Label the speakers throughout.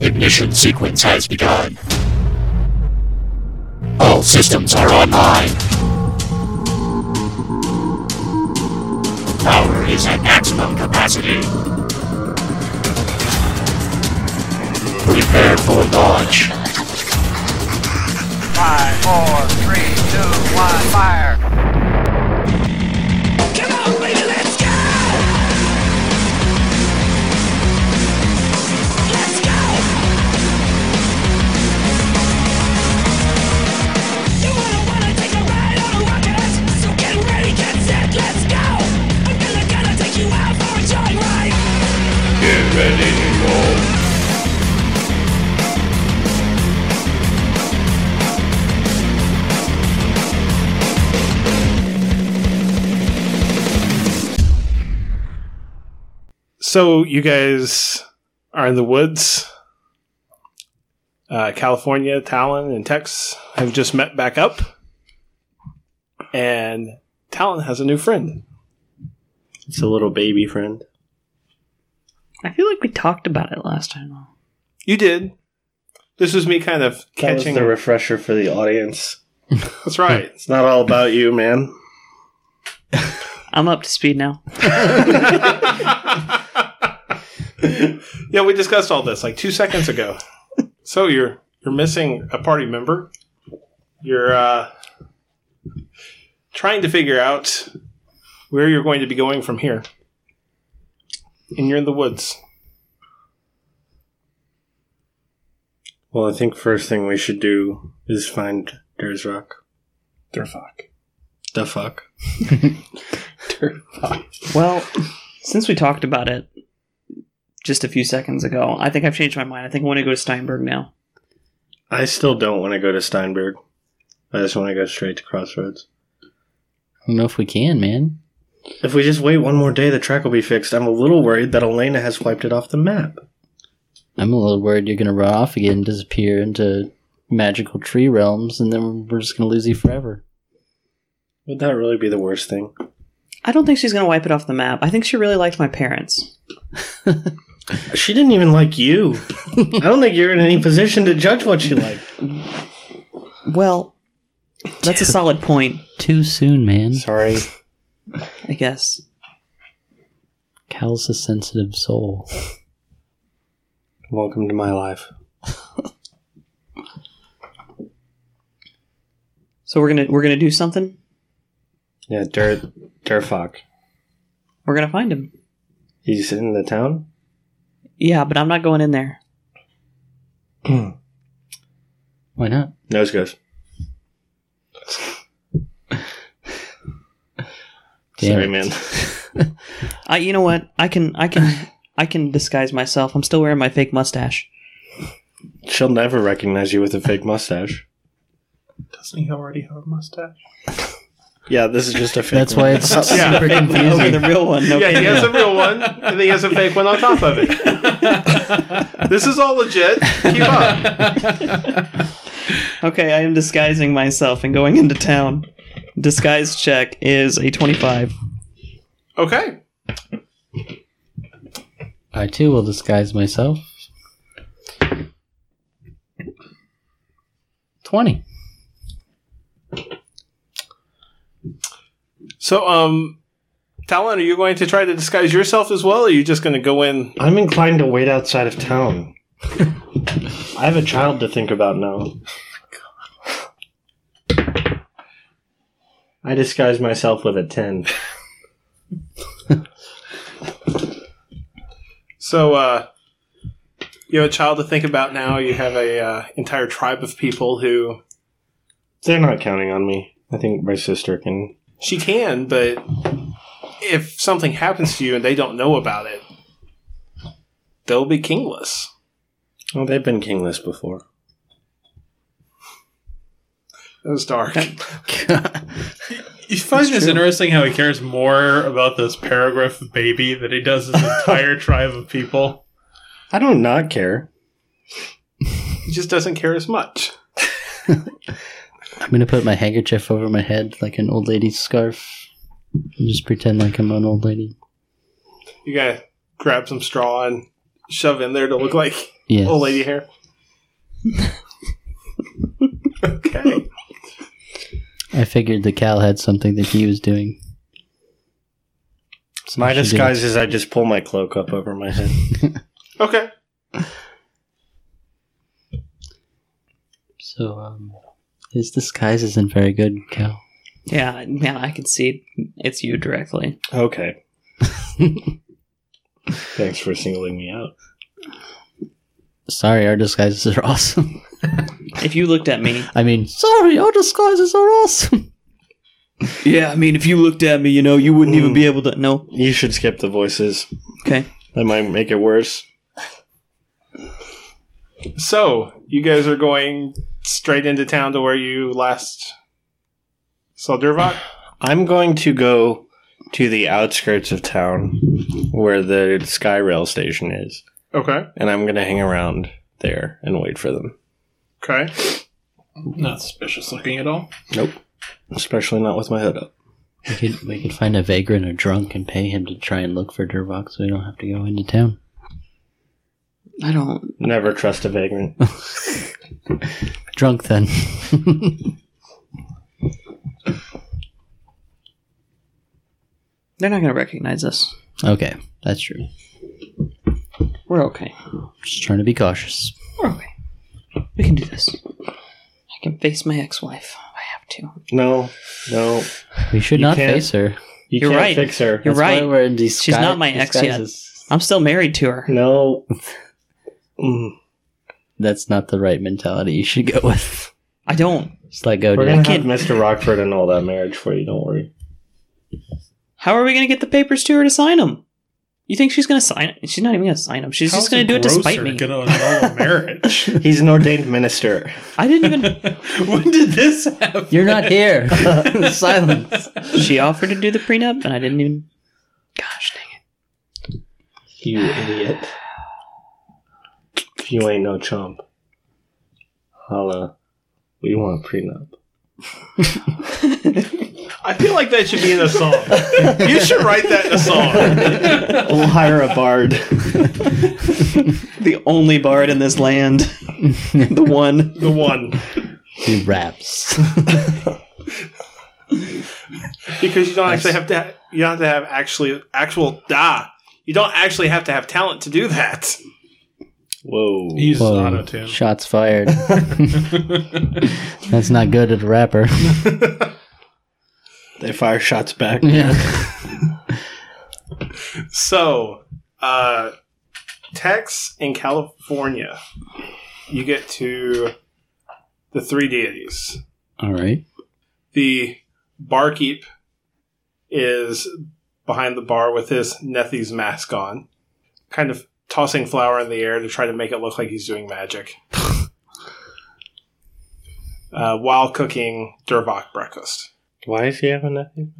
Speaker 1: Ignition sequence has begun. All systems are online. Power is at maximum capacity. Prepare for launch.
Speaker 2: Five, four, three, two, one, fire!
Speaker 3: Get ready to roll.
Speaker 4: so you guys are in the woods. Uh, California, Talon, and Tex have just met back up, and Talon has a new friend.
Speaker 5: It's a little baby friend.
Speaker 6: I feel like we talked about it last time. though.
Speaker 4: You did. This was me kind of
Speaker 5: That
Speaker 4: catching.
Speaker 5: was the refresher for the audience.
Speaker 4: That's right.
Speaker 5: It's not all about you, man.
Speaker 6: I'm up to speed now.
Speaker 4: yeah, we discussed all this like two seconds ago. So you're you're missing a party member. You're uh, trying to figure out where you're going to be going from here, and you're in the woods.
Speaker 5: Well, I think first thing we should do is find Durzrock.
Speaker 4: Durfok.
Speaker 5: The fuck.
Speaker 6: Well, since we talked about it just a few seconds ago, I think I've changed my mind. I think I want to go to Steinberg now.
Speaker 5: I still don't want to go to Steinberg. I just want to go straight to Crossroads.
Speaker 7: I don't know if we can, man.
Speaker 5: If we just wait one more day, the track will be fixed. I'm a little worried that Elena has wiped it off the map.
Speaker 7: I'm a little worried you're gonna run off again, disappear into magical tree realms, and then we're just gonna lose you forever.
Speaker 5: Would that really be the worst thing?
Speaker 6: I don't think she's going to wipe it off the map. I think she really liked my parents.
Speaker 5: She didn't even like you. I don't think you're in any position to judge what she liked.
Speaker 6: Well, that's a solid point,
Speaker 7: Too soon, man.
Speaker 5: Sorry.
Speaker 6: I guess.
Speaker 7: Cal's a sensitive soul.
Speaker 5: Welcome to my life.
Speaker 6: So we're gonna we're gonna do something.
Speaker 5: Yeah, Dur Durfok.
Speaker 6: We're gonna find him.
Speaker 5: He's in the town.
Speaker 6: Yeah, but I'm not going in there.
Speaker 7: Why not?
Speaker 5: Nose goes.
Speaker 7: Damn
Speaker 5: Sorry,
Speaker 7: it.
Speaker 5: man.
Speaker 6: I you know what? I can I can I can disguise myself. I'm still wearing my fake mustache.
Speaker 5: She'll never recognize you with a fake mustache.
Speaker 4: Doesn't he already have a mustache?
Speaker 5: Yeah, this is just a fake.
Speaker 7: That's why it's super
Speaker 6: Over the
Speaker 7: confusing.
Speaker 6: real one. No
Speaker 4: yeah, he
Speaker 6: kidding.
Speaker 4: has a real one, and he has a fake one on top of it. this is all legit. Keep up.
Speaker 6: Okay, I am disguising myself and going into town. Disguise check is a 25.
Speaker 4: Okay.
Speaker 7: I too will disguise myself. Twenty.
Speaker 4: So, um, Talon, are you going to try to disguise yourself as well, or are you just going to go in?
Speaker 5: I'm inclined to wait outside of town. I have a child to think about now. I disguise myself with a ten.
Speaker 4: So, uh, you have a child to think about now. You have a uh, entire tribe of people who
Speaker 5: They're not counting on me. I think my sister can.
Speaker 4: she can, but if something happens to you and they don't know about it, they'll be kingless.
Speaker 5: Oh, they've been kingless before.
Speaker 4: That was dark.
Speaker 8: You find this interesting how he cares more about this paragraph of baby than he does his entire tribe of people.
Speaker 5: I don't not care.
Speaker 4: he just doesn't care as much.
Speaker 7: I'm gonna put my handkerchief over my head like an old lady's scarf. And just pretend like I'm an old lady.
Speaker 4: You gotta grab some straw and shove in there to look like
Speaker 7: Yes.
Speaker 4: old lady hair? okay.
Speaker 7: I figured the cow had something that he was doing. So
Speaker 5: My
Speaker 7: she did it.
Speaker 5: disguise is I just pull my cloak up over my head.
Speaker 4: Okay.
Speaker 7: So, um, his disguise isn't very good, cow.
Speaker 6: Yeah, yeah, I can see it's you directly.
Speaker 5: Okay. Thanks for singling me out.
Speaker 7: Sorry, our disguises are awesome.
Speaker 6: If you looked at me,
Speaker 7: I mean, sorry, our disguises are awesome.
Speaker 6: yeah, I mean, if you looked at me, you know, you wouldn't even be able to. No,
Speaker 5: You should skip the voices.
Speaker 6: okay,
Speaker 5: That might make it worse.
Speaker 4: So you guys are going straight into town to where you last saw Durvok.
Speaker 5: I'm going to go to the outskirts of town where the Skyrail station is,
Speaker 4: Okay.
Speaker 5: and I'm going to hang around there and wait for them.
Speaker 4: Okay.
Speaker 9: Not suspicious looking at all.
Speaker 5: Nope. Especially not with my hood up.
Speaker 7: We could, we could find a vagrant or drunk and pay him to try and look for Durvok so we don't have to go into town.
Speaker 6: I don't.
Speaker 5: Never trust a vagrant.
Speaker 7: Drunk then.
Speaker 6: They're not gonna recognize us.
Speaker 7: okay, that's true.
Speaker 6: We're okay.
Speaker 7: Just trying to be cautious.
Speaker 6: We're okay. We can do this. I can face my ex-wife. if I have to.
Speaker 5: No, no.
Speaker 7: We should
Speaker 5: You
Speaker 7: not
Speaker 5: can't-
Speaker 7: face her.
Speaker 5: You
Speaker 6: You're
Speaker 5: can't
Speaker 6: right.
Speaker 5: fix her.
Speaker 6: You're
Speaker 7: That's why
Speaker 6: right.
Speaker 7: we're in disguise.
Speaker 6: She's not my ex yet.
Speaker 7: disguises.
Speaker 6: I'm still married to her.
Speaker 5: No. Mm.
Speaker 7: That's not the right mentality you should go with.
Speaker 6: I don't.
Speaker 7: Just let go,
Speaker 5: We're going
Speaker 7: dude.
Speaker 5: to have Mr. Rockford and all that marriage for you. Don't worry.
Speaker 6: How are we gonna get the papers to her to sign them? You think she's gonna sign? it? She's not even gonna sign them. She's just gonna do it to spite me.
Speaker 9: Gonna annul a marriage.
Speaker 5: He's an ordained minister.
Speaker 6: I didn't even.
Speaker 9: when did this happen?
Speaker 7: You're not here. Silence.
Speaker 6: she offered to do the prenup, and I didn't even. Gosh dang it!
Speaker 5: You idiot. You ain't no chump. Holla. We want a prenup.
Speaker 4: I feel like that should be in a song. you should write that in a song.
Speaker 5: We'll hire a bard.
Speaker 6: The only bard in this land, the one.
Speaker 4: The one.
Speaker 7: He raps.
Speaker 4: Because you don't actually have to ha- you don't have to have actually actual da. You don't actually have to have talent to do that.
Speaker 5: Whoa.
Speaker 9: He uses
Speaker 7: Whoa.
Speaker 9: auto tune.
Speaker 7: Shots fired. That's not good at a rapper.
Speaker 5: They fire shots back.
Speaker 7: Yeah.
Speaker 4: So, uh, Tex in California, you get to the three deities.
Speaker 7: All right.
Speaker 4: The barkeep is behind the bar with his Nethy's mask on, kind of tossing flour in the air to try to make it look like he's doing magic. Uh, while cooking Durvok breakfast.
Speaker 5: Why is he having nothing?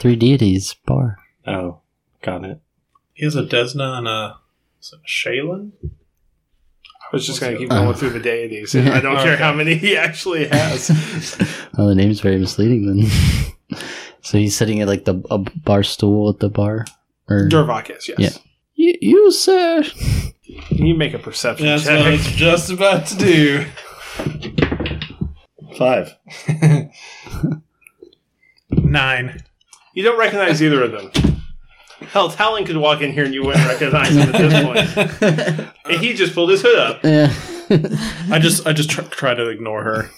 Speaker 7: Three deities bar.
Speaker 5: Oh, got it.
Speaker 9: He has a Desna and a, is it a Shaylin.
Speaker 4: I was just going to keep going
Speaker 7: Uh.
Speaker 4: through the deities. and I don't care how many he actually has.
Speaker 7: Oh, the name's very misleading then. so he's sitting at like the a bar stool at the bar. Or
Speaker 4: Durvok is, yes.
Speaker 7: Yeah. you, you sir.
Speaker 4: Can you make a perception
Speaker 9: That's what I
Speaker 4: check?
Speaker 9: was just about to do.
Speaker 5: Five.
Speaker 9: Nine.
Speaker 4: You don't recognize either of them. Hell, Talon could walk in here and you wouldn't recognize him at this point. And he just pulled his hood up.
Speaker 7: Yeah.
Speaker 9: I just I just tr- try to ignore her.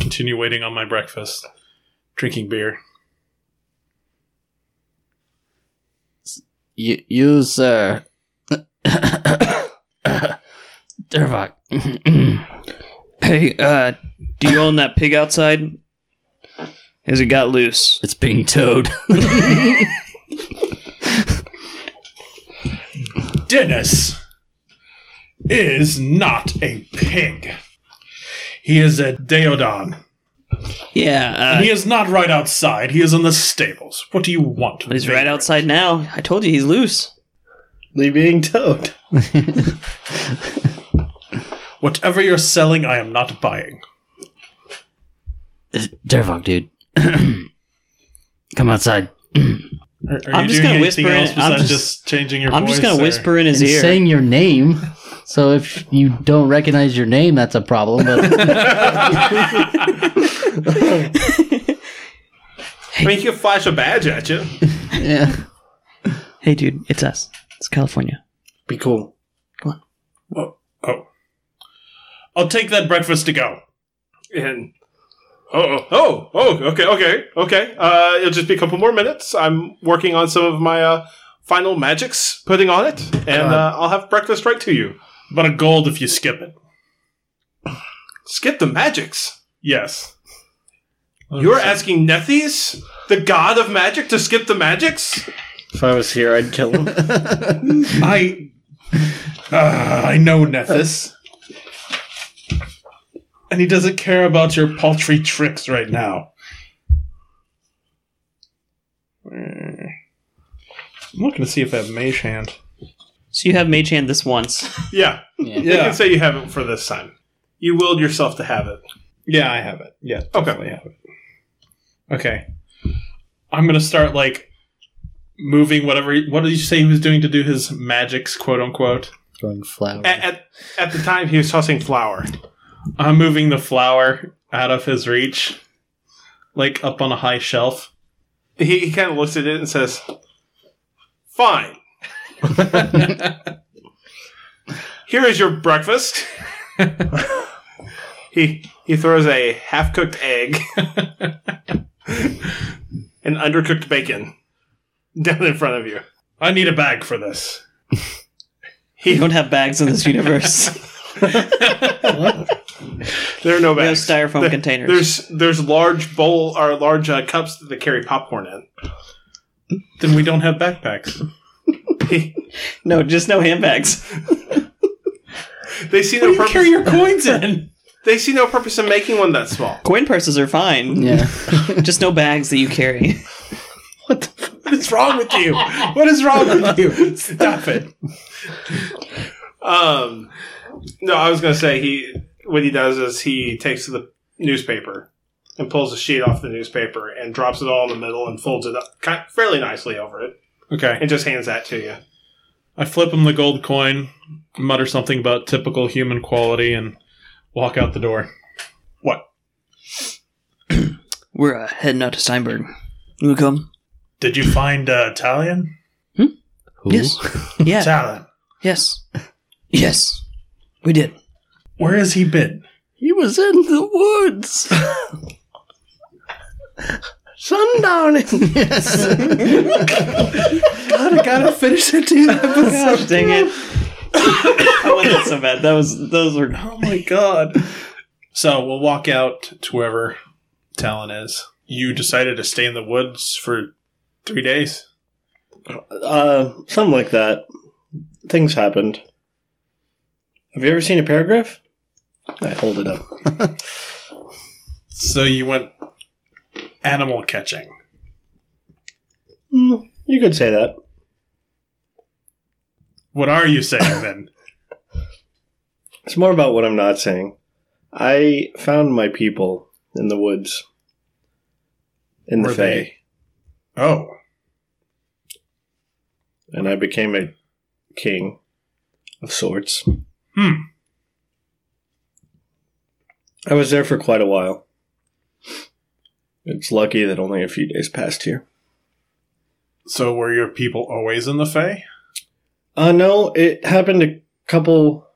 Speaker 9: Continue waiting on my breakfast, drinking beer.
Speaker 7: you, you sir. Durvok.
Speaker 6: Hey, uh, do you own that pig outside? Has it got loose?
Speaker 7: it's being towed.
Speaker 9: Dennis is not a pig. He is a deodon.
Speaker 6: Yeah, uh,
Speaker 5: Uh,
Speaker 9: And he is not right outside. He is in the stables. What do you want?
Speaker 6: uh, he's right
Speaker 9: vagrant?
Speaker 6: outside now. I told you he's loose.
Speaker 5: They being towed.
Speaker 9: Whatever you're selling, I am not buying.
Speaker 7: Durvok, dude. Come outside.
Speaker 4: Are, are
Speaker 6: I'm
Speaker 4: you
Speaker 6: just
Speaker 4: doing
Speaker 6: gonna
Speaker 4: anything
Speaker 6: whisper in
Speaker 4: else
Speaker 6: it. I'm
Speaker 4: besides just,
Speaker 6: just-
Speaker 4: changing your
Speaker 6: I'm
Speaker 4: voice?
Speaker 6: just gonna
Speaker 4: or-
Speaker 6: whisper in his
Speaker 7: and
Speaker 6: ear.
Speaker 7: saying your name. So if you don't recognize your name, that's a problem. But
Speaker 10: I mean, you can flash a badge at you.
Speaker 7: yeah,
Speaker 6: hey, dude, it's us. It's California.
Speaker 5: Be cool.
Speaker 4: I'll take that breakfast to go.
Speaker 10: And oh, oh, oh, okay, okay, okay. Uh, it'll just be a couple more minutes. I'm working on some of my uh, final magics, putting on it, and uh, I'll have breakfast right to you.
Speaker 4: Uh-huh. But a gold if you skip it.
Speaker 10: Skip the magics.
Speaker 4: Yes.
Speaker 10: You're asking Nethes, the god of magic, to skip the magics?
Speaker 5: If I was here, I'd kill him.
Speaker 4: I. Ah, I know Nethys. And he doesn't care about your paltry tricks right now. I'm looking to see if I have Mage Hand.
Speaker 6: So you have Mage Hand this once.
Speaker 10: Yeah,
Speaker 7: yeah.
Speaker 10: you can say you have it for this time. You willed yourself to have it.
Speaker 4: Yeah, I have it. Yeah,
Speaker 10: Okay.
Speaker 4: definitely have it. Okay, I'm gonna start like moving whatever. He, what did you say he was doing to do his magics, quote unquote?
Speaker 7: throwing flour.
Speaker 4: Eh.
Speaker 10: At, at, at the time, he was tossing flour.
Speaker 4: I'm moving the flower out of his reach, like up on a high shelf.
Speaker 10: He, he kind of looks at it and says, Fine. Here is your breakfast. he he throws a half cooked egg and undercooked bacon down in front of you.
Speaker 4: I need a bag for this.
Speaker 6: You don't have bags in this universe.
Speaker 10: There are no
Speaker 6: We have
Speaker 10: bags.
Speaker 6: styrofoam
Speaker 10: There-
Speaker 6: containers.
Speaker 10: There's there's large bowl or large uh, cups that they carry popcorn in.
Speaker 4: Then we don't have backpacks.
Speaker 6: no, just no handbags.
Speaker 10: They see no purpose.
Speaker 4: your coins in.
Speaker 10: they see no purpose in making one that small.
Speaker 6: Coin purses are fine.
Speaker 7: yeah,
Speaker 6: Just no bags that you carry.
Speaker 4: What's wrong with you? What is wrong with you? Stop it.
Speaker 10: Um, no, I was gonna say he. What he does is he takes the newspaper and pulls a sheet off the newspaper and drops it all in the middle and folds it up kind, fairly nicely over it
Speaker 4: Okay.
Speaker 10: and just hands that to you.
Speaker 4: I flip him the gold coin, mutter something about typical human quality, and walk out the door. What?
Speaker 6: We're uh, heading out to Steinberg. You wanna come?
Speaker 4: Did you find uh, Italian?
Speaker 6: Yes. Yeah.
Speaker 4: Italian.
Speaker 6: yes. Yes. We did.
Speaker 4: Where has he been?
Speaker 5: He was in the woods. Sundowning. Yes. God, I gotta finish it, dude.
Speaker 6: Gosh Oh, dang it. I want that so bad. That was those were
Speaker 4: Oh my god. so we'll walk out to wherever Talon is. You decided to stay in the woods for three days.
Speaker 5: Uh, something like that. Things happened. Have you ever seen a paragraph? I hold it up.
Speaker 4: So you went animal catching.
Speaker 5: Mm, you could say that.
Speaker 4: What are you saying then?
Speaker 5: It's more about what I'm not saying. I found my people in the woods. In the
Speaker 4: Were
Speaker 5: Fae.
Speaker 4: they- Oh.
Speaker 5: And I became a king of sorts.
Speaker 4: Hmm.
Speaker 5: I was there for quite a while. It's lucky that only a few days passed here.
Speaker 4: So were your people always in the Fae?
Speaker 5: Uh, no, it happened a couple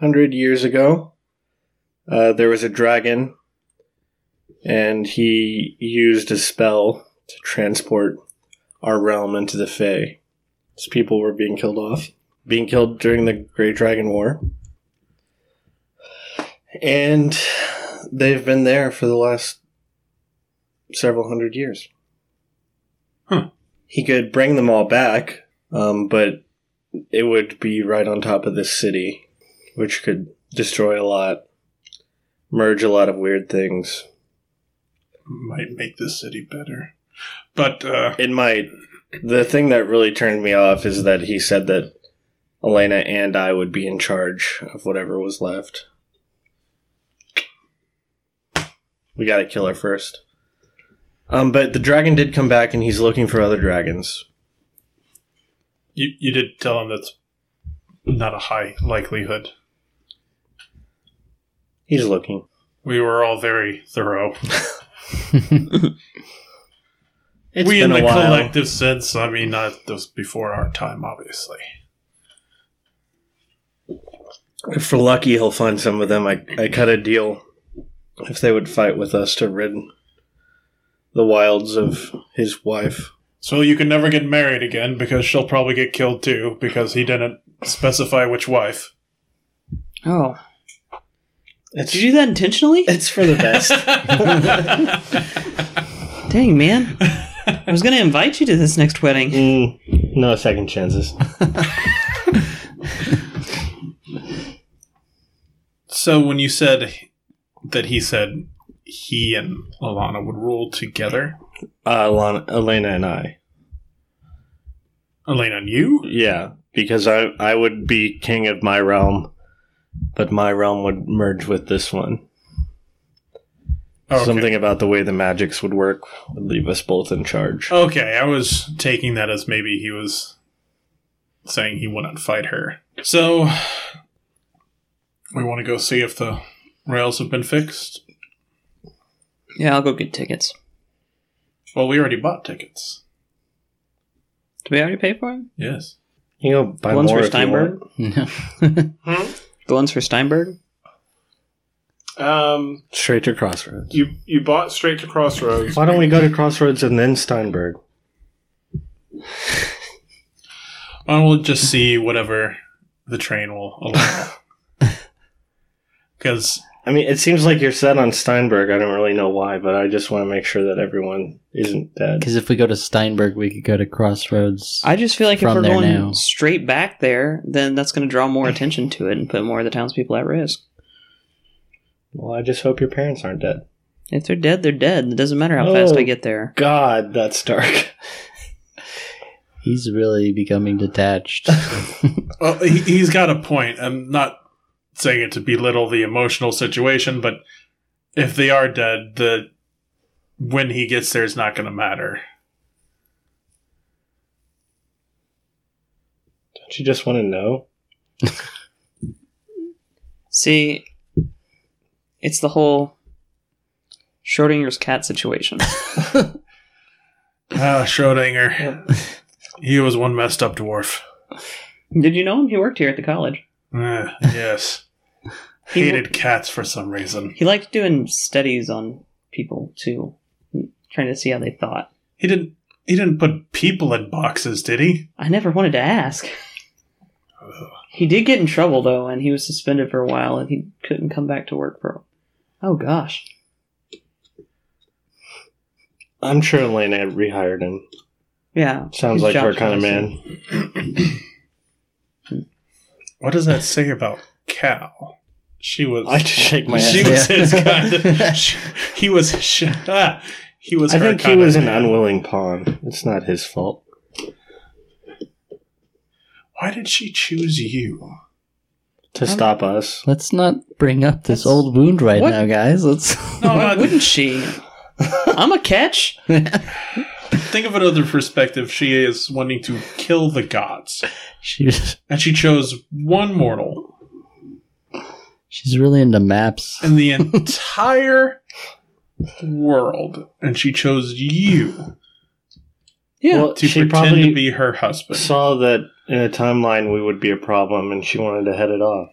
Speaker 5: hundred years ago. Uh, there was a dragon, and he used a spell to transport our realm into the Fae. His people were being killed off, being killed during the Great Dragon War. And they've been there for the last several hundred years.
Speaker 4: Huh.
Speaker 5: He could bring them all back, um, but it would be right on top of this city, which could destroy a lot, merge a lot of weird things.
Speaker 4: Might make this city better. But uh
Speaker 5: It might. The thing that really turned me off is that he said that Elena and I would be in charge of whatever was left. We gotta kill her first. Um, but the dragon did come back, and he's looking for other dragons.
Speaker 4: You you did tell him that's not a high likelihood.
Speaker 5: He's looking.
Speaker 4: We were all very thorough.
Speaker 5: It's
Speaker 4: we
Speaker 5: been
Speaker 4: in
Speaker 5: a
Speaker 4: the
Speaker 5: while.
Speaker 4: collective sense. I mean, not those before our time, obviously.
Speaker 5: If we're lucky, he'll find some of them. I, I cut a deal if they would fight with us to rid the wilds of his wife.
Speaker 4: So you can never get married again because she'll probably get killed too because he didn't specify which wife.
Speaker 6: Oh, Uh,
Speaker 5: It's,
Speaker 6: did you do that intentionally?
Speaker 5: it's for the best.
Speaker 6: Dang man, I was gonna invite you to this next wedding.
Speaker 5: Mm, no second chances.
Speaker 4: So when you said that he said he and Alana would rule together,
Speaker 5: Uh, Alana, Elena and I.
Speaker 4: Elena and you?
Speaker 5: Yeah, because I, I would be king of my realm, but my realm would merge with this one.
Speaker 4: Oh, Okay.
Speaker 5: Something about the way the magics would work would leave us both in charge.
Speaker 4: Okay, I was taking that as maybe he was saying he wouldn't fight her. So we want to go see if the rails have been fixed.
Speaker 6: Yeah, I'll go get tickets.
Speaker 4: Well, we already bought tickets.
Speaker 6: Did we already pay for them?
Speaker 4: Yes.
Speaker 5: You know, buy
Speaker 6: The ones
Speaker 5: more if
Speaker 6: for
Speaker 5: you
Speaker 6: Steinberg. Hmm?
Speaker 5: want.
Speaker 7: No.
Speaker 6: The ones for Steinberg.
Speaker 10: Um,
Speaker 5: Straight to Crossroads.
Speaker 10: you you bought straight to Crossroads.
Speaker 5: Why don't we go to Crossroads and then Steinberg?
Speaker 4: I will just see whatever the train will allow. Because
Speaker 5: I mean, it seems like you're set on Steinberg. I don't really know why, but I just want to make sure that everyone isn't dead.
Speaker 7: Because if we go to Steinberg, we could go to Crossroads.
Speaker 6: I just feel like if
Speaker 7: From
Speaker 6: we're
Speaker 7: there
Speaker 6: going
Speaker 7: now.
Speaker 6: straight back there, then that's going to draw more attention to it and put more of the townspeople at risk.
Speaker 5: Well, I just hope your parents aren't dead.
Speaker 6: If they're dead, they're dead. It doesn't matter how fast I get there.
Speaker 5: God, that's dark.
Speaker 7: He's really becoming detached.
Speaker 4: well, he, he's got a point. I'm not saying it to belittle the emotional situation, but if they are dead, the when he gets there is not going to matter.
Speaker 5: Don't you just want to know?
Speaker 6: See, it's the whole Schrodinger's cat situation.
Speaker 4: Ah, Schrodinger. he was one messed up dwarf.
Speaker 6: Did you know him? He worked here at the college.
Speaker 4: Eh, yes.
Speaker 6: He,
Speaker 4: Hated cats for some reason.
Speaker 6: he liked doing studies on people too, Hmm, trying to see how they thought.
Speaker 4: He didn't. He didn't put people in boxes, did he?
Speaker 6: I never wanted to ask. He did get in trouble though, and he was suspended for a while, and he couldn't come back to work for. Oh gosh,
Speaker 5: I'm sure Elena rehired him.
Speaker 6: yeah.
Speaker 5: Sounds
Speaker 6: His
Speaker 5: like
Speaker 6: job
Speaker 5: her kind of
Speaker 6: policy.
Speaker 5: man.
Speaker 4: What does that say about Cal? She was.
Speaker 5: I just shake my head.
Speaker 4: she was
Speaker 7: yeah.
Speaker 4: his kind. Of, she- he was. She, ah, he was.
Speaker 5: I
Speaker 4: her
Speaker 5: think he
Speaker 4: kind of
Speaker 5: was an
Speaker 4: man.
Speaker 5: unwilling pawn. It's not his fault.
Speaker 4: Why did she choose you?
Speaker 5: To stop us.
Speaker 7: Let's not bring up this old wound right
Speaker 6: What?
Speaker 7: now, guys. Let's.
Speaker 4: No,
Speaker 6: Why
Speaker 4: not-
Speaker 6: wouldn't she? I'm a catch.
Speaker 4: think of another perspective. She is wanting to kill the gods,
Speaker 7: she's
Speaker 4: and she chose one mortal
Speaker 7: she's really into maps.
Speaker 4: in the entire world, and she chose you
Speaker 6: Yeah.
Speaker 5: Well,
Speaker 4: to
Speaker 5: she
Speaker 4: pretend
Speaker 5: probably
Speaker 4: to be her husband.
Speaker 5: saw that in a timeline we would be a problem and she wanted to head it off.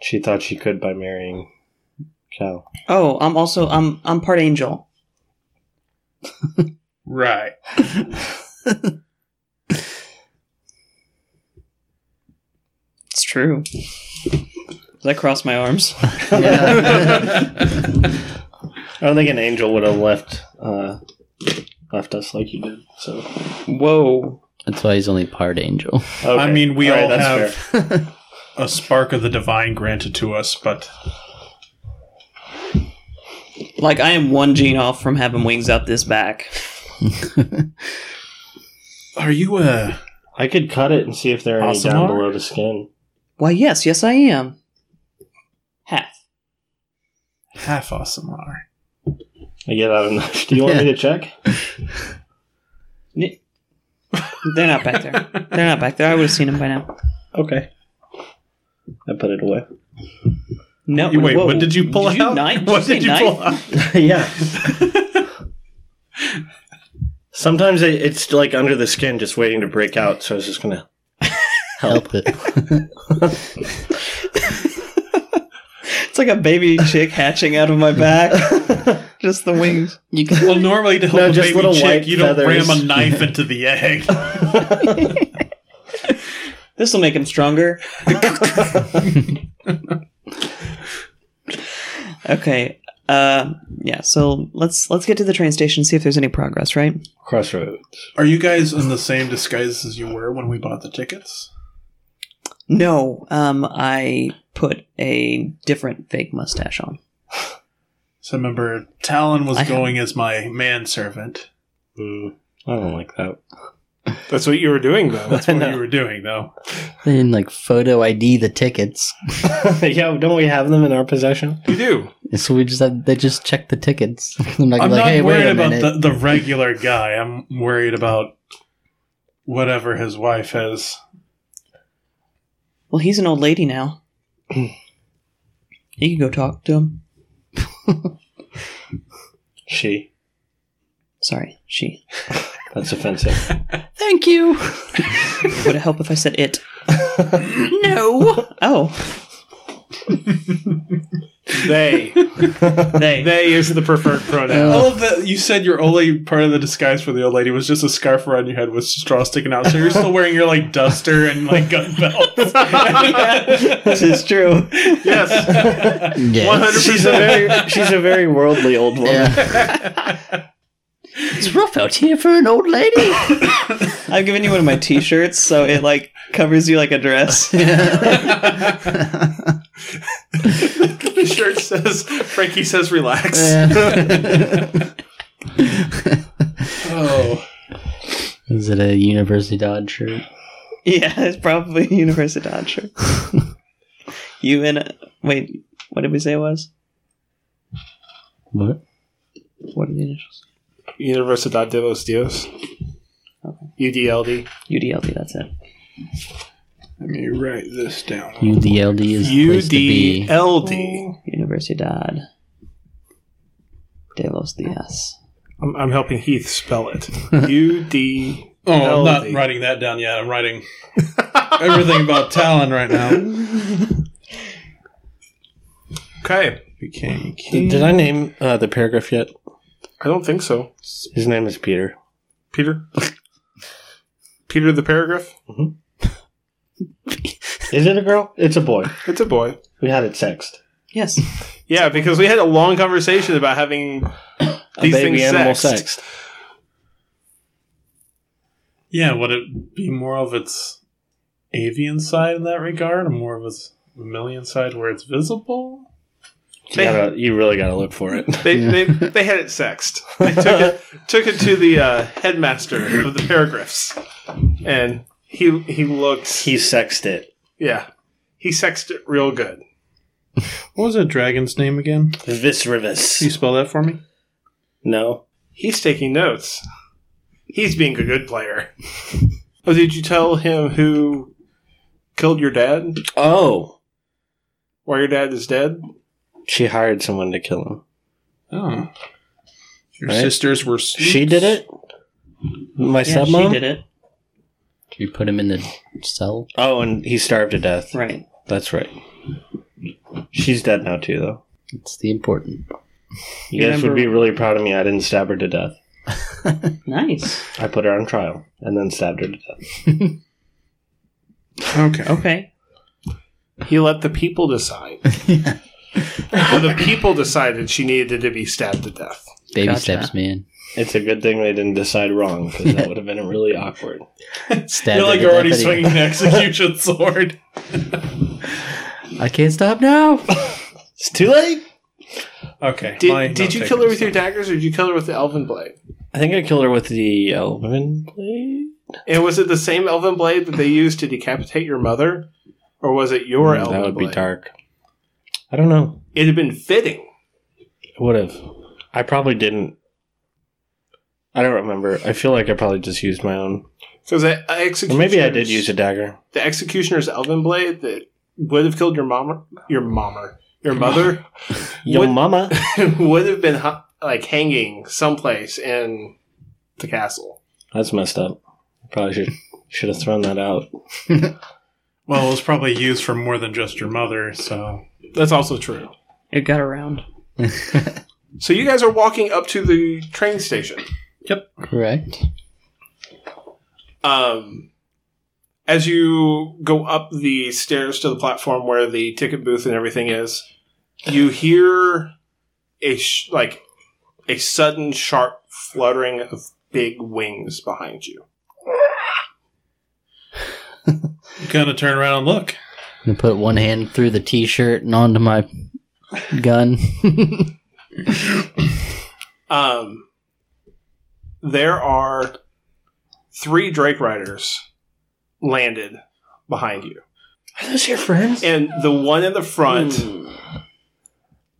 Speaker 5: She thought she could by marrying Cal.
Speaker 6: Oh, I'm also I'm I'm part angel.
Speaker 4: right.
Speaker 6: It's true. Did I cross my arms?
Speaker 5: I don't think an angel would have left uh, left us like you did. So
Speaker 6: Whoa.
Speaker 7: That's why he's only part angel.
Speaker 4: I
Speaker 5: Okay.
Speaker 4: mean, we all,
Speaker 5: All right, that's
Speaker 4: have a spark of the divine granted to us, but
Speaker 6: Like I am one gene off from having wings up this back.
Speaker 4: are you a?
Speaker 5: I could cut it and see if there are any down
Speaker 4: Asimar?
Speaker 5: below the skin.
Speaker 6: Why yes, yes I am. Half.
Speaker 4: half Asimar.
Speaker 5: I get out of knife. Do you want me to check?
Speaker 6: They're not back there. They're not back there. I would have seen them by now.
Speaker 5: Okay. I put it away.
Speaker 6: No.
Speaker 10: You- wait, what did you pull
Speaker 6: did
Speaker 10: out?
Speaker 6: You knife?
Speaker 10: what
Speaker 6: say
Speaker 10: did you
Speaker 6: knife?
Speaker 10: pull out?
Speaker 5: yeah. Sometimes it, it's like under the skin, just waiting to break out. So I was just gonna.
Speaker 7: Help it.
Speaker 6: It's like a baby chick hatching out of my back. Just the wings.
Speaker 7: You can
Speaker 4: Well, normally to help
Speaker 5: No,
Speaker 4: a
Speaker 5: just
Speaker 4: baby
Speaker 5: little white
Speaker 4: chick, you don't
Speaker 5: feathers.
Speaker 4: ram a knife into the egg.
Speaker 6: This will make him stronger. okay. Uh, yeah. So let's let's get to the train station. See if there's any progress. Right.
Speaker 5: Crossroads.
Speaker 4: Are you guys in the same disguise as you were when we bought the tickets?
Speaker 6: No. Um, I put a different fake mustache on.
Speaker 4: So remember, Talon was
Speaker 6: I have-
Speaker 4: going as my manservant.
Speaker 5: I don't like that.
Speaker 10: Hmm. That's what you were doing, though.
Speaker 4: That's what you were doing, though.
Speaker 7: then like photo ID the tickets.
Speaker 5: yeah, don't we have them in our possession?
Speaker 10: You do.
Speaker 7: So we just have, they just check the tickets. I'm like,
Speaker 4: I'm
Speaker 7: like,
Speaker 4: not
Speaker 7: hey, wait
Speaker 4: worried
Speaker 7: a
Speaker 4: about
Speaker 7: minute.
Speaker 4: the, the regular guy. I'm worried about whatever his wife has.
Speaker 6: Well, he's an old lady now. you can go talk to him.
Speaker 5: She.
Speaker 6: Sorry, she.
Speaker 5: That's offensive.
Speaker 7: Thank you.
Speaker 6: Would it help if I said it? no. Oh,
Speaker 10: They.
Speaker 6: they.
Speaker 10: they is the preferred pronoun.
Speaker 4: All of the you said your only part of the disguise for the old lady was just a scarf around your head with straw sticking out. So you're still wearing your like duster and like gun belt.
Speaker 6: this is true.
Speaker 10: Yes.
Speaker 7: Yes.
Speaker 10: 100%.
Speaker 5: she's a very she's a very worldly old woman.
Speaker 7: Yeah. it's rough out here for an old lady.
Speaker 6: I've given you one of my T-shirts, so it like covers you like a dress.
Speaker 10: The shirt says, Frankie says relax.
Speaker 4: oh,
Speaker 7: Is it a University Dodge shirt?
Speaker 6: yeah, it's probably a University Dodger. you and uh, wait, what did we say it was?
Speaker 7: What?
Speaker 6: What are the initials?
Speaker 10: Universidad de los Dios. UDLD.
Speaker 6: UDLD. That's it.
Speaker 4: let me write this down.
Speaker 7: UDLD is the place to be.
Speaker 10: UDLD.
Speaker 6: Universidad de los Dias.
Speaker 10: I'm, I'm helping Heath spell it. UD.
Speaker 4: Oh, I'm not
Speaker 10: Melody.
Speaker 4: writing that down yet. I'm writing everything about Talon right now.
Speaker 10: Okay.
Speaker 4: Became king.
Speaker 5: Did I name uh, the paragraph yet?
Speaker 10: I don't think so.
Speaker 5: His name is Peter.
Speaker 10: Peter? Peter the paragraph?
Speaker 5: Is it a girl? It's a boy.
Speaker 10: It's a boy.
Speaker 5: We had it sexed.
Speaker 6: Yes.
Speaker 10: Yeah, because we had a long conversation about having these
Speaker 5: a baby
Speaker 10: things
Speaker 5: animal
Speaker 10: sexed.
Speaker 5: sexed.
Speaker 4: Yeah, would it be more of its avian side in that regard, or more of its mammalian side where it's visible?
Speaker 5: You, gotta, you really gotta look for it.
Speaker 10: They, they, they had it sexed. They took it, took it to the uh, headmaster of the paragraphs, and he he looked.
Speaker 5: He sexed it.
Speaker 10: yeah, he sexed it real good.
Speaker 4: What was that dragon's name again? Can you
Speaker 5: Viscervis.
Speaker 4: spell that for me?
Speaker 5: No.
Speaker 10: He's taking notes. He's being a good player. Oh, did you tell him who killed your dad?
Speaker 5: Oh.
Speaker 10: Why your dad is dead?
Speaker 5: She hired someone to kill him.
Speaker 4: Oh. Your
Speaker 5: Right.
Speaker 4: sisters were.
Speaker 5: She did it? My
Speaker 6: Yeah,
Speaker 5: stepmom?
Speaker 6: she did it.
Speaker 7: You put him in the cell.
Speaker 5: Oh, and he starved to death.
Speaker 6: Right.
Speaker 5: That's right. She's dead now, too, though.
Speaker 7: It's the important. part.
Speaker 5: You,
Speaker 6: You
Speaker 5: guys would
Speaker 6: remember-
Speaker 5: be really proud of me. I didn't stab her to death.
Speaker 6: Nice.
Speaker 5: I put her on trial and then stabbed her to death.
Speaker 4: Okay.
Speaker 6: Okay.
Speaker 10: He let the people decide. Well, the people decided she needed to be stabbed to death.
Speaker 7: Baby
Speaker 6: Gotcha.
Speaker 7: steps, man.
Speaker 5: It's a good thing they didn't decide wrong because that would have been really awkward.
Speaker 7: Stab
Speaker 4: You're
Speaker 7: it
Speaker 4: like
Speaker 7: to death
Speaker 4: already
Speaker 7: anyway.
Speaker 4: swinging an execution sword.
Speaker 7: I can't stop now.
Speaker 5: It's too late.
Speaker 4: Okay.
Speaker 10: Did,
Speaker 4: my
Speaker 10: did you
Speaker 4: note
Speaker 10: kill her with
Speaker 4: taker.
Speaker 10: your daggers, or did you kill her with the elven blade?
Speaker 5: I think I killed her with the elven blade.
Speaker 10: And was it the same elven blade that they used to decapitate your mother? Or was it your elven
Speaker 5: Mm, that would
Speaker 10: blade?
Speaker 5: be dark. I don't know.
Speaker 10: It'd have been fitting.
Speaker 5: It would have. I probably didn't. I don't remember. I feel like I probably just used my own.
Speaker 10: Because I, I
Speaker 5: Or maybe I did use a dagger.
Speaker 10: the executioner's elven blade that would have killed your mom, your mommer, your mother,
Speaker 5: Yo,
Speaker 10: What-
Speaker 5: mama.
Speaker 10: would have been hu- like hanging someplace in the castle.
Speaker 5: That's messed up. Probably should should have thrown that out.
Speaker 4: Well, it was probably used for more than just your mother, so
Speaker 10: That's also true.
Speaker 6: It got around.
Speaker 10: So you guys are walking up to the train station.
Speaker 7: Correct.
Speaker 10: Um, as you go up the stairs to the platform where the ticket booth and everything is, you hear a sh- like a sudden sharp fluttering of big wings behind you.
Speaker 4: gonna turn around and look.
Speaker 7: I'm gonna put one hand through the t-shirt and onto my gun.
Speaker 10: Um, there are three Drake Riders landed behind you.
Speaker 5: Are those your friends?
Speaker 10: And the one in the front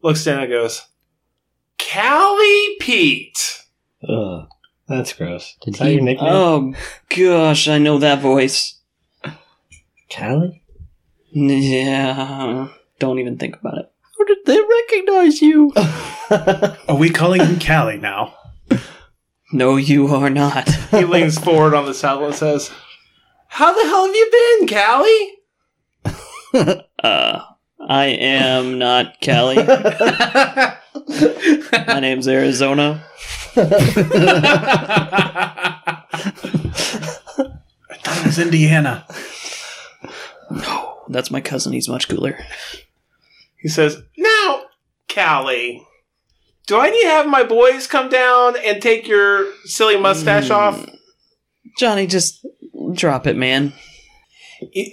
Speaker 10: looks down and goes, Callie Pete.
Speaker 5: Ugh, that's gross.
Speaker 7: Did
Speaker 5: Is that
Speaker 7: he-
Speaker 5: your nickname?
Speaker 6: Oh gosh, I know that voice.
Speaker 5: Callie?
Speaker 6: Yeah, don't even think about it.
Speaker 7: How did they recognize you?
Speaker 4: Are we calling him Callie now?
Speaker 6: No, you are not.
Speaker 10: He leans forward on the saddle and says, How the hell have you been, Callie?
Speaker 6: Uh, I am not Callie. My name's Arizona.
Speaker 4: It's Indiana.
Speaker 6: That's my cousin. He's much cooler.
Speaker 10: He says, Now, Callie, do I need to have my boys come down and take your silly mustache
Speaker 7: Hmm.
Speaker 10: off?
Speaker 6: Johnny, just drop it, man.
Speaker 10: You,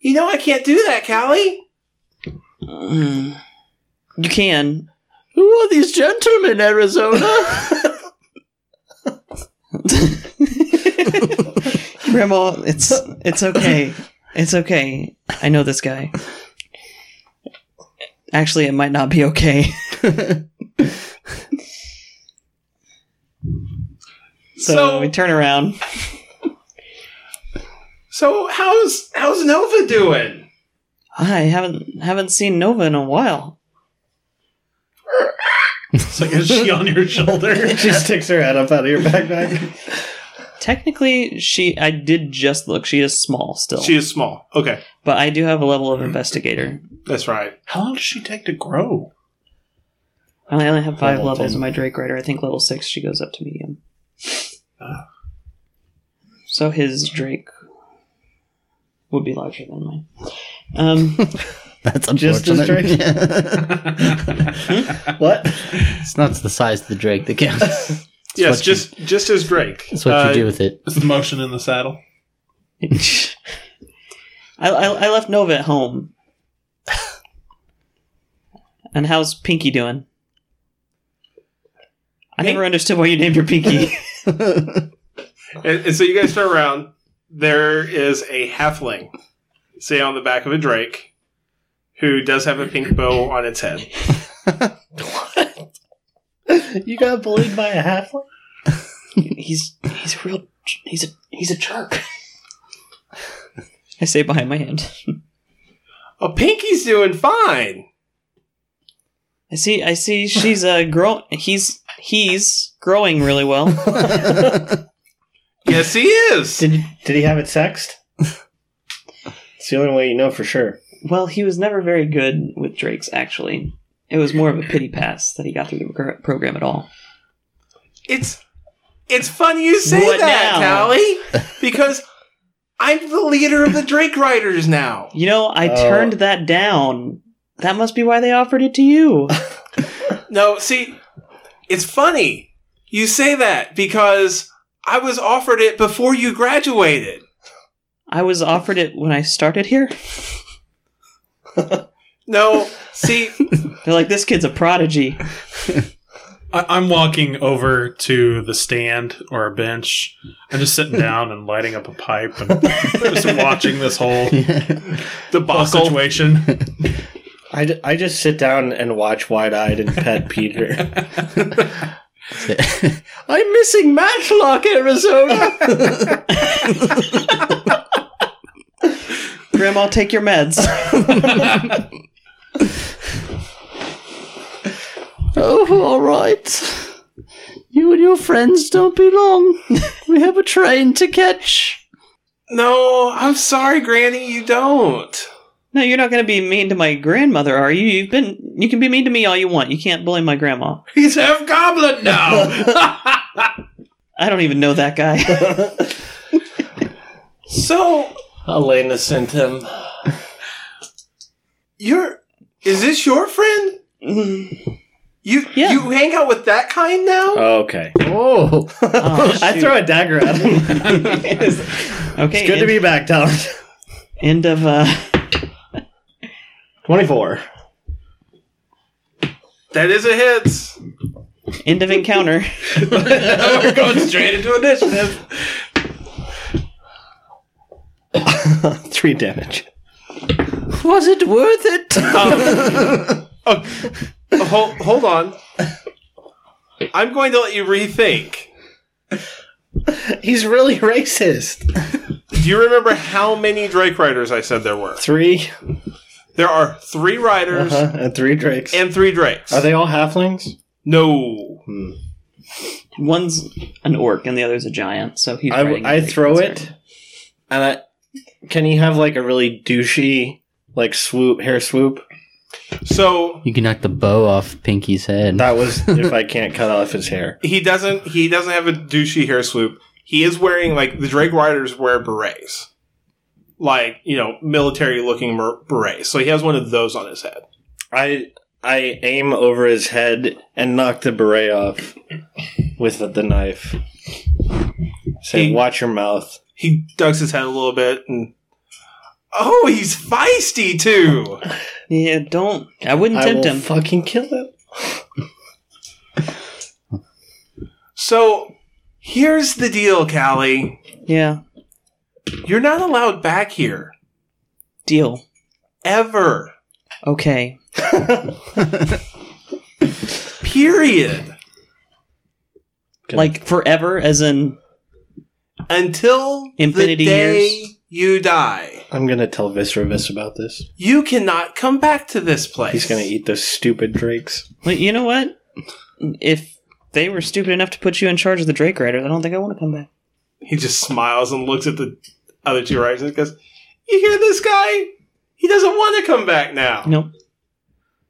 Speaker 10: you know I can't do that, Callie.
Speaker 6: Mm. You can.
Speaker 7: Who are these gentlemen, Arizona?
Speaker 6: Grandma, it's it's okay. It's okay. I know this guy. Actually, it might not be okay. so,
Speaker 10: So-
Speaker 6: we turn around.
Speaker 10: So how's how's Nova doing?
Speaker 6: I haven't haven't seen Nova in a while.
Speaker 4: It's like, is she on your shoulder?
Speaker 5: she sticks her head up out of your backpack.
Speaker 6: Technically, she I did just look. She is small still,
Speaker 10: She is small. Okay,
Speaker 6: but I do have a level of investigator.
Speaker 10: that's right.
Speaker 4: How long does she take to grow?
Speaker 6: I only have five
Speaker 5: Level
Speaker 6: levels
Speaker 5: 10.
Speaker 6: in my Drake Rider. I think level six she goes up to medium. So his Drake would be larger than mine. Um,
Speaker 7: That's
Speaker 5: Just as
Speaker 7: unfortunate.
Speaker 5: What?
Speaker 7: it's not the size of the Drake that counts. what
Speaker 10: yes,
Speaker 7: you-
Speaker 10: just just as Drake.
Speaker 7: That's what
Speaker 10: Uh,
Speaker 7: you do with it.
Speaker 4: It's the motion in the saddle.
Speaker 6: I, I, I left Nova at home. and how's Pinky doing? I
Speaker 10: Pink-
Speaker 6: never understood why you named your Pinky.
Speaker 10: And, and so you guys turn around. There is a halfling, say on the back of a Drake, who does have a pink bow on its head.
Speaker 5: You got bullied by a halfling?
Speaker 6: he's he's a real he's a he's a jerk. I say behind my hand.
Speaker 10: Oh, Pinky's doing fine.
Speaker 6: I see. I see. She's uh, grow. He's he's growing really well.
Speaker 10: Yes, he is.
Speaker 5: Did did he have it sexed? it's the only way you know for sure.
Speaker 6: well, he was never very good with Drake's. Actually, it was more of a pity pass that he got through the progr- program at all.
Speaker 10: It's it's funny you say
Speaker 6: What
Speaker 10: that,
Speaker 6: now?
Speaker 10: Callie, because I'm the leader of the Drake Riders now.
Speaker 6: You know, I
Speaker 5: Oh.
Speaker 6: turned that down. That must be why they offered it to you.
Speaker 10: No, see, it's funny you say that because I was offered it before you graduated.
Speaker 6: I was offered it when I started here.
Speaker 10: No, see,
Speaker 6: They're like, this kid's a prodigy.
Speaker 4: I- I'm walking over to the stand or a bench. I'm just sitting down and lighting up a pipe and just watching this whole, whole
Speaker 10: the
Speaker 4: situation.
Speaker 5: I, ju- I just sit down and watch wide eyed and pet Peter.
Speaker 7: I'm missing Matlock, Arizona.
Speaker 6: Grandma, take your meds.
Speaker 7: oh, all right. You and your friends don't belong. We have a train to catch.
Speaker 10: No, I'm sorry, Granny, you don't.
Speaker 6: no, you're not going to be mean to my grandmother, are you? You've been. You can be mean to me all you want. You can't blame my grandma.
Speaker 10: He's half goblin now.
Speaker 6: I don't even know that guy.
Speaker 10: so
Speaker 5: Elena sent him.
Speaker 10: you're is this your friend?
Speaker 6: Mm.
Speaker 10: You
Speaker 6: Yeah.
Speaker 10: you hang out with that kind now?
Speaker 5: Okay.
Speaker 7: Oh,
Speaker 6: Oh,
Speaker 5: I
Speaker 6: shoot.
Speaker 5: throw a dagger at him.
Speaker 6: okay.
Speaker 5: It's good to
Speaker 6: end,
Speaker 5: be back, Tom.
Speaker 6: end of uh,
Speaker 5: 24.
Speaker 10: that is a hit.
Speaker 6: end of encounter.
Speaker 10: We're going straight into initiative.
Speaker 5: Three damage.
Speaker 7: was it worth it?
Speaker 10: Oh, oh, hold, hold on. I'm going to let you rethink.
Speaker 5: He's really racist.
Speaker 10: Do you remember how many Drake Riders I said there were?
Speaker 5: Three.
Speaker 10: There are three Riders
Speaker 5: Uh-huh. And three drakes.
Speaker 10: and three Drakes.
Speaker 5: Are they all halflings?
Speaker 10: no.
Speaker 6: One's an orc and the other's a giant, so he's.
Speaker 5: I,
Speaker 6: riding a
Speaker 5: I
Speaker 6: big
Speaker 5: throw
Speaker 6: concern.
Speaker 5: it, and I can he have like a really douchey like swoop hair swoop?
Speaker 10: So
Speaker 7: You can knock the bow off Pinky's head.
Speaker 5: That was if I can't cut off his hair.
Speaker 10: he doesn't he doesn't have a douchey hair swoop. He is wearing like the Drake Riders wear berets. Like, you know, military looking mer- berets. So he has one of those on his head.
Speaker 5: I I aim over his head and knock the beret off with the knife. Say,
Speaker 10: He-
Speaker 5: watch your mouth.
Speaker 10: He ducks his head a little bit and Oh, he's feisty too.
Speaker 6: Yeah, don't. I wouldn't
Speaker 5: I will
Speaker 6: tempt him.
Speaker 5: fucking kill him.
Speaker 10: So here's the deal, Callie.
Speaker 6: yeah,
Speaker 10: You're not allowed back here.
Speaker 6: deal.
Speaker 10: Ever.
Speaker 6: Okay.
Speaker 10: Period.
Speaker 5: Good.
Speaker 6: Like forever, as in
Speaker 10: Until
Speaker 6: Infinity
Speaker 10: the day
Speaker 6: years.
Speaker 10: you die.
Speaker 5: I'm gonna tell Viscervis about this.
Speaker 10: You cannot come back to this place.
Speaker 5: He's gonna eat those stupid drakes.
Speaker 6: Well, you know what? If they were stupid enough to put you in charge of the Drake Rider, I don't think I want to come back.
Speaker 10: He just smiles and looks at the other two riders and goes, You hear this guy? He doesn't want to come back now.
Speaker 6: Nope.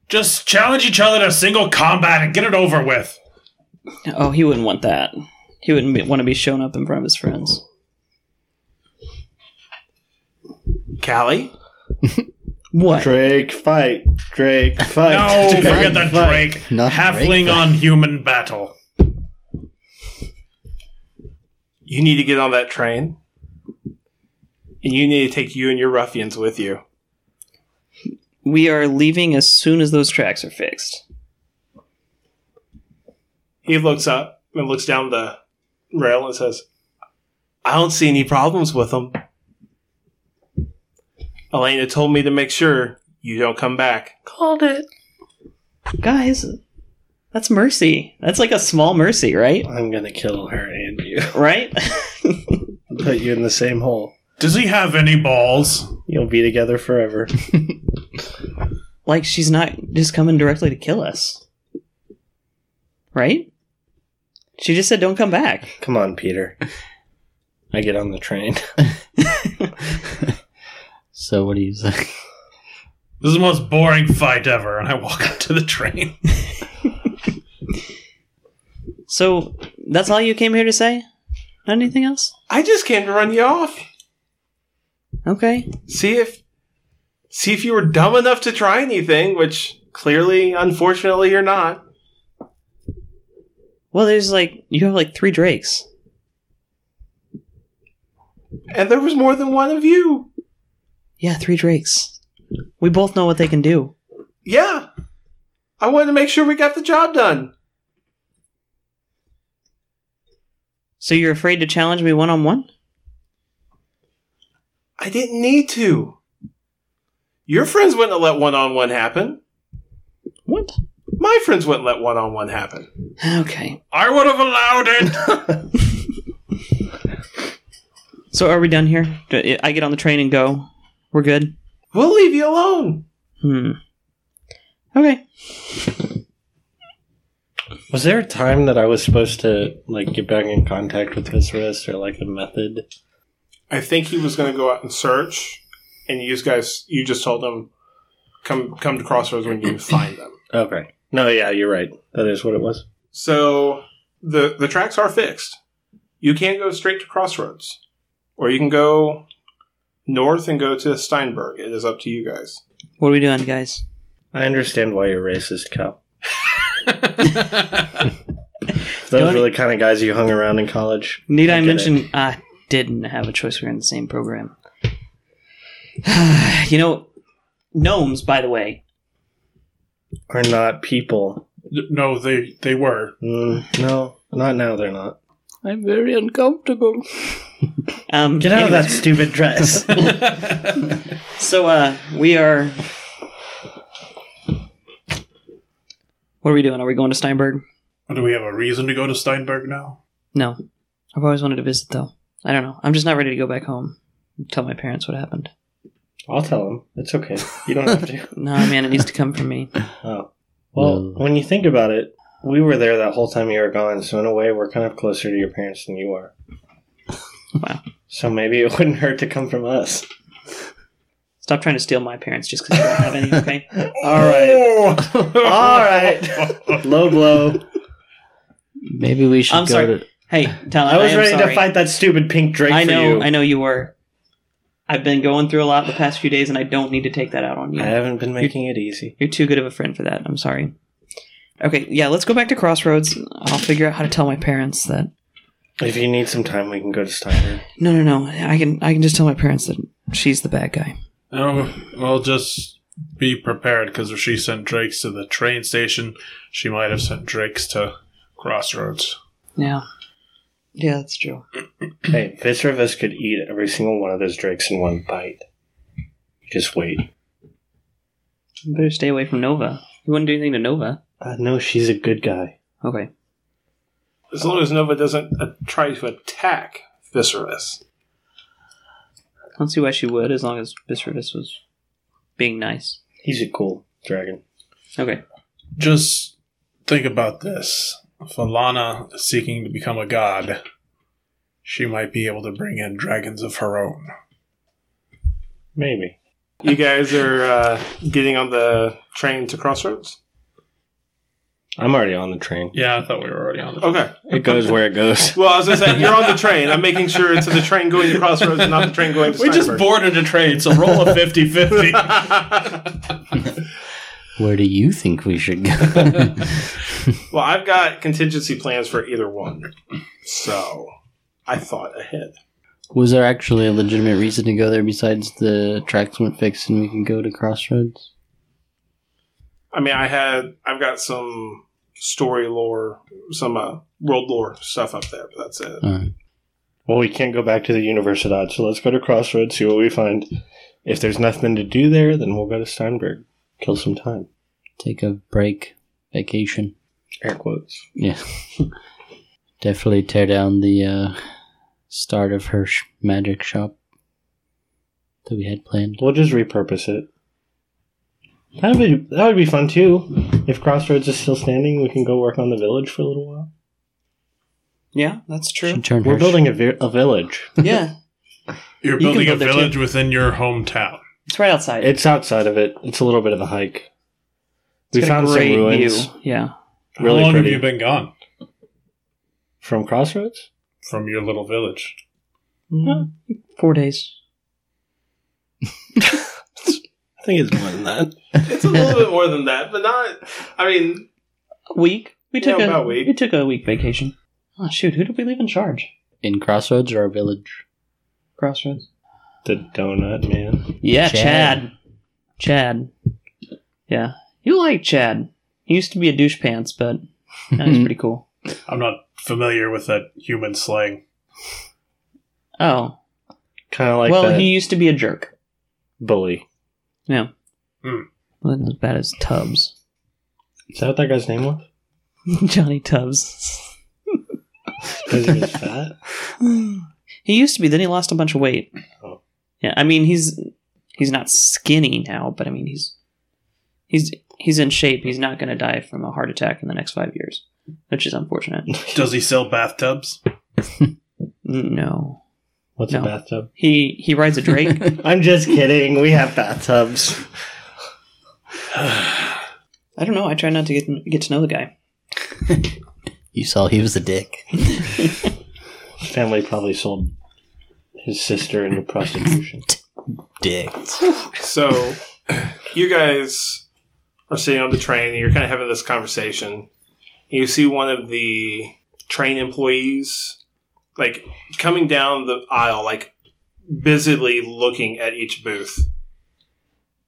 Speaker 4: Just challenge each other to single combat and get it over with.
Speaker 6: Oh, he wouldn't want that. He wouldn't be, want to be shown up in front of his friends.
Speaker 10: Callie?
Speaker 6: What?
Speaker 5: Drake fight, Drake fight.
Speaker 4: No,
Speaker 5: Drake,
Speaker 4: forget the
Speaker 5: fight.
Speaker 4: Drake.
Speaker 7: Not
Speaker 4: Halfling
Speaker 7: Drake.
Speaker 4: on human battle.
Speaker 10: You need to get on that train. And you need to take you and your ruffians with you.
Speaker 6: We are leaving as soon as those tracks are fixed.
Speaker 10: He looks up and looks down the rail and says, I don't see any problems with them. Elena told me to make sure you don't come back.
Speaker 6: Called it. Guys, that's mercy. That's like a small mercy, right?
Speaker 5: I'm gonna kill her and you.
Speaker 6: Right?
Speaker 5: Put you in the same hole.
Speaker 4: Does he have any balls?
Speaker 5: You'll be together forever.
Speaker 6: like she's not just coming directly to kill us. Right? She just said don't come back.
Speaker 5: Come on, Peter. I get on the train.
Speaker 7: So what do you say?
Speaker 4: This is the most boring fight ever. And I walk up to the train.
Speaker 6: So that's all you came here to say? Not anything else?
Speaker 10: I just came to run you off.
Speaker 6: Okay.
Speaker 10: see if see if you were dumb enough to try anything, which clearly, unfortunately, you're not.
Speaker 6: Well, there's like you have like three drakes.
Speaker 10: And there was more than one of you.
Speaker 6: Yeah, three drakes. We both know what they can do.
Speaker 10: Yeah. I wanted to make sure we got the job done.
Speaker 6: So you're afraid to challenge me one on one?
Speaker 10: I didn't need to. Your friends wouldn't have let one on one happen. my friends wouldn't let one on one happen.
Speaker 6: Okay.
Speaker 4: I would have allowed it.
Speaker 6: So are we done here? Do I get on the train and go. We're good.
Speaker 10: We'll leave you alone.
Speaker 6: Hmm. Okay.
Speaker 5: Was there a time that I was supposed to like get back in contact with Viserys or like a method?
Speaker 10: I think he was going to go out and search, and you guys, you just told him, come come to Crossroads when you find them.
Speaker 5: Okay. No, yeah, you're right. That is what it was.
Speaker 10: So the the tracks are fixed. You can't go straight to Crossroads, or you can go north and go to Steinberg. It is up to you guys.
Speaker 6: What are we doing, guys?
Speaker 5: I understand why you're racist, Cal. Those were the kind of guys you hung around in college.
Speaker 6: Need I,
Speaker 5: get
Speaker 6: mention I didn't have a choice. We were in the same program. you know, gnomes, by the way.
Speaker 5: Are not people.
Speaker 4: no, they they were.
Speaker 5: Mm, no, not now. They're not.
Speaker 7: I'm very uncomfortable.
Speaker 6: Um,
Speaker 5: Get out of
Speaker 6: anyways,
Speaker 5: that stupid dress.
Speaker 6: So, uh, we are. What are we doing? Are we going to Steinberg?
Speaker 4: Do we have a reason to go to Steinberg now?
Speaker 6: No. I've always wanted to visit, though. I don't know. I'm just not ready to go back home. Tell my parents what happened.
Speaker 5: I'll tell them. It's okay. You don't have to.
Speaker 6: No, man, it needs to come from me.
Speaker 5: Oh. Well,
Speaker 7: No.
Speaker 5: when you think about it, we were there that whole time you were gone, so in a way, we're kind of closer to your parents than you are.
Speaker 6: Wow.
Speaker 5: So maybe it wouldn't hurt to come from us.
Speaker 6: Stop trying to steal my parents just because I don't have any, okay?
Speaker 5: All right. All right. Low blow.
Speaker 7: Maybe we should
Speaker 6: I'm
Speaker 7: go
Speaker 6: sorry.
Speaker 7: to.
Speaker 6: Hey, Talon,
Speaker 5: I was
Speaker 6: am
Speaker 5: ready
Speaker 6: sorry.
Speaker 5: to fight that stupid pink Drake
Speaker 6: I
Speaker 5: for
Speaker 6: know,
Speaker 5: you.
Speaker 6: I know you were. I've been going through a lot the past few days, and I don't need to take that out on you.
Speaker 5: I haven't been making it easy.
Speaker 6: You're too good of a friend for that. I'm sorry. Okay, yeah, let's go back to Crossroads. I'll figure out how to tell my parents that.
Speaker 5: If you need some time, we can go to Steinberg.
Speaker 6: No, no, no. I can, I can just tell my parents that she's the bad guy.
Speaker 4: No, Um, well, just be prepared because if she sent Drakes to the train station, she might have sent Drakes to Crossroads.
Speaker 6: Yeah, yeah, that's true.
Speaker 5: hey, Visser of us could eat every single one of those drakes in one bite. Just wait.
Speaker 6: You better stay away from Nova. You wouldn't do anything to Nova.
Speaker 5: Uh, no, she's a good guy.
Speaker 6: Okay.
Speaker 10: As long as Nova doesn't uh, try to attack Viserys.
Speaker 6: I don't see why she would, as long as Bisservis was being nice.
Speaker 5: He's a cool dragon.
Speaker 6: Okay.
Speaker 4: Just think about this. If Alana is seeking to become a god, she might be able to bring in dragons of her own.
Speaker 5: Maybe.
Speaker 10: You guys are uh, getting on the train to Crossroads.
Speaker 5: I'm already on the train.
Speaker 4: Yeah, I thought we were already on the
Speaker 10: Okay.
Speaker 5: It goes where it goes.
Speaker 10: Well, I was gonna say you're on the train. I'm making sure it's the train going to Crossroads, and not the train going to.
Speaker 4: We just
Speaker 10: Steinberg.
Speaker 4: boarded a train, so roll a 50 50.
Speaker 7: Where do you think we should go?
Speaker 10: Well, I've got contingency plans for either one, so I thought ahead.
Speaker 7: Was there actually a legitimate reason to go there besides the tracks weren't fixed and we can go to Crossroads?
Speaker 10: I mean, I had I've got some story lore, some uh, world lore stuff up there, but that's it.
Speaker 7: Alright.
Speaker 5: Well, we can't go back to the universe at odds, so let's go to Crossroads, see what we find. If there's nothing to do there, then we'll go to Steinberg. Kill some time.
Speaker 7: Take a break, vacation.
Speaker 5: Air quotes.
Speaker 7: Yeah. Definitely tear down the uh, start of her sh- magic shop that we had planned.
Speaker 5: We'll just repurpose it. That would be that would be fun too. If Crossroads is still standing, we can go work on the village for a little while.
Speaker 6: Yeah, that's true.
Speaker 7: Should turn
Speaker 5: We're
Speaker 7: her sh-
Speaker 5: building a, vi- a village.
Speaker 6: yeah,
Speaker 4: You're
Speaker 6: You can
Speaker 4: building a
Speaker 6: go there, too.
Speaker 4: village within your hometown.
Speaker 6: it's right outside.
Speaker 5: It's outside of it. It's a little bit of a hike.
Speaker 6: It's
Speaker 5: we
Speaker 6: got a
Speaker 5: found some
Speaker 6: great
Speaker 5: ruins
Speaker 6: view. Yeah.
Speaker 5: Really
Speaker 4: How long
Speaker 5: pretty.
Speaker 4: have you been gone
Speaker 5: from Crossroads.
Speaker 4: from your little village?
Speaker 6: Mm. Four days.
Speaker 5: I think it's more than that.
Speaker 10: It's a little bit more than that, but not. I mean,
Speaker 6: A week. We took
Speaker 10: Yeah,
Speaker 6: a,
Speaker 10: about a week.
Speaker 6: We took a week vacation. Oh shoot, who did we leave in charge?
Speaker 7: in Crossroads or our village?
Speaker 6: Crossroads.
Speaker 5: The donut man.
Speaker 6: Yeah, Chad.
Speaker 7: Chad.
Speaker 6: Chad. Yeah. You like Chad. He used to be a douche pants, but now he's pretty cool.
Speaker 4: I'm not familiar with that human slang.
Speaker 6: Oh.
Speaker 5: Kind of like
Speaker 6: well,
Speaker 5: that
Speaker 6: he used to be a jerk.
Speaker 5: bully.
Speaker 6: Yeah.
Speaker 4: Hmm.
Speaker 6: Wasn't as bad as Tubbs.
Speaker 5: Is that what that guy's name was?
Speaker 6: Johnny Tubbs.
Speaker 5: Because he was fat?
Speaker 6: He used to be. Then he lost a bunch of weight.
Speaker 5: Oh.
Speaker 6: Yeah, I mean he's he's not skinny now, but I mean he's he's he's in shape. He's not going to die from a heart attack in the next five years, which is unfortunate.
Speaker 4: Does he sell bathtubs?
Speaker 6: No,
Speaker 5: What's
Speaker 6: No.
Speaker 5: a bathtub?
Speaker 6: he he rides a drake.
Speaker 5: I'm just kidding. We have bathtubs.
Speaker 6: I don't know. I try not to get get to know the guy.
Speaker 7: You saw he was a dick.
Speaker 5: His family probably sold his sister into prostitution.
Speaker 7: Dick.
Speaker 10: So, you guys are sitting on the train and you're kind of having this conversation. You see one of the train employees, like, coming down the aisle, like, busily looking at each booth.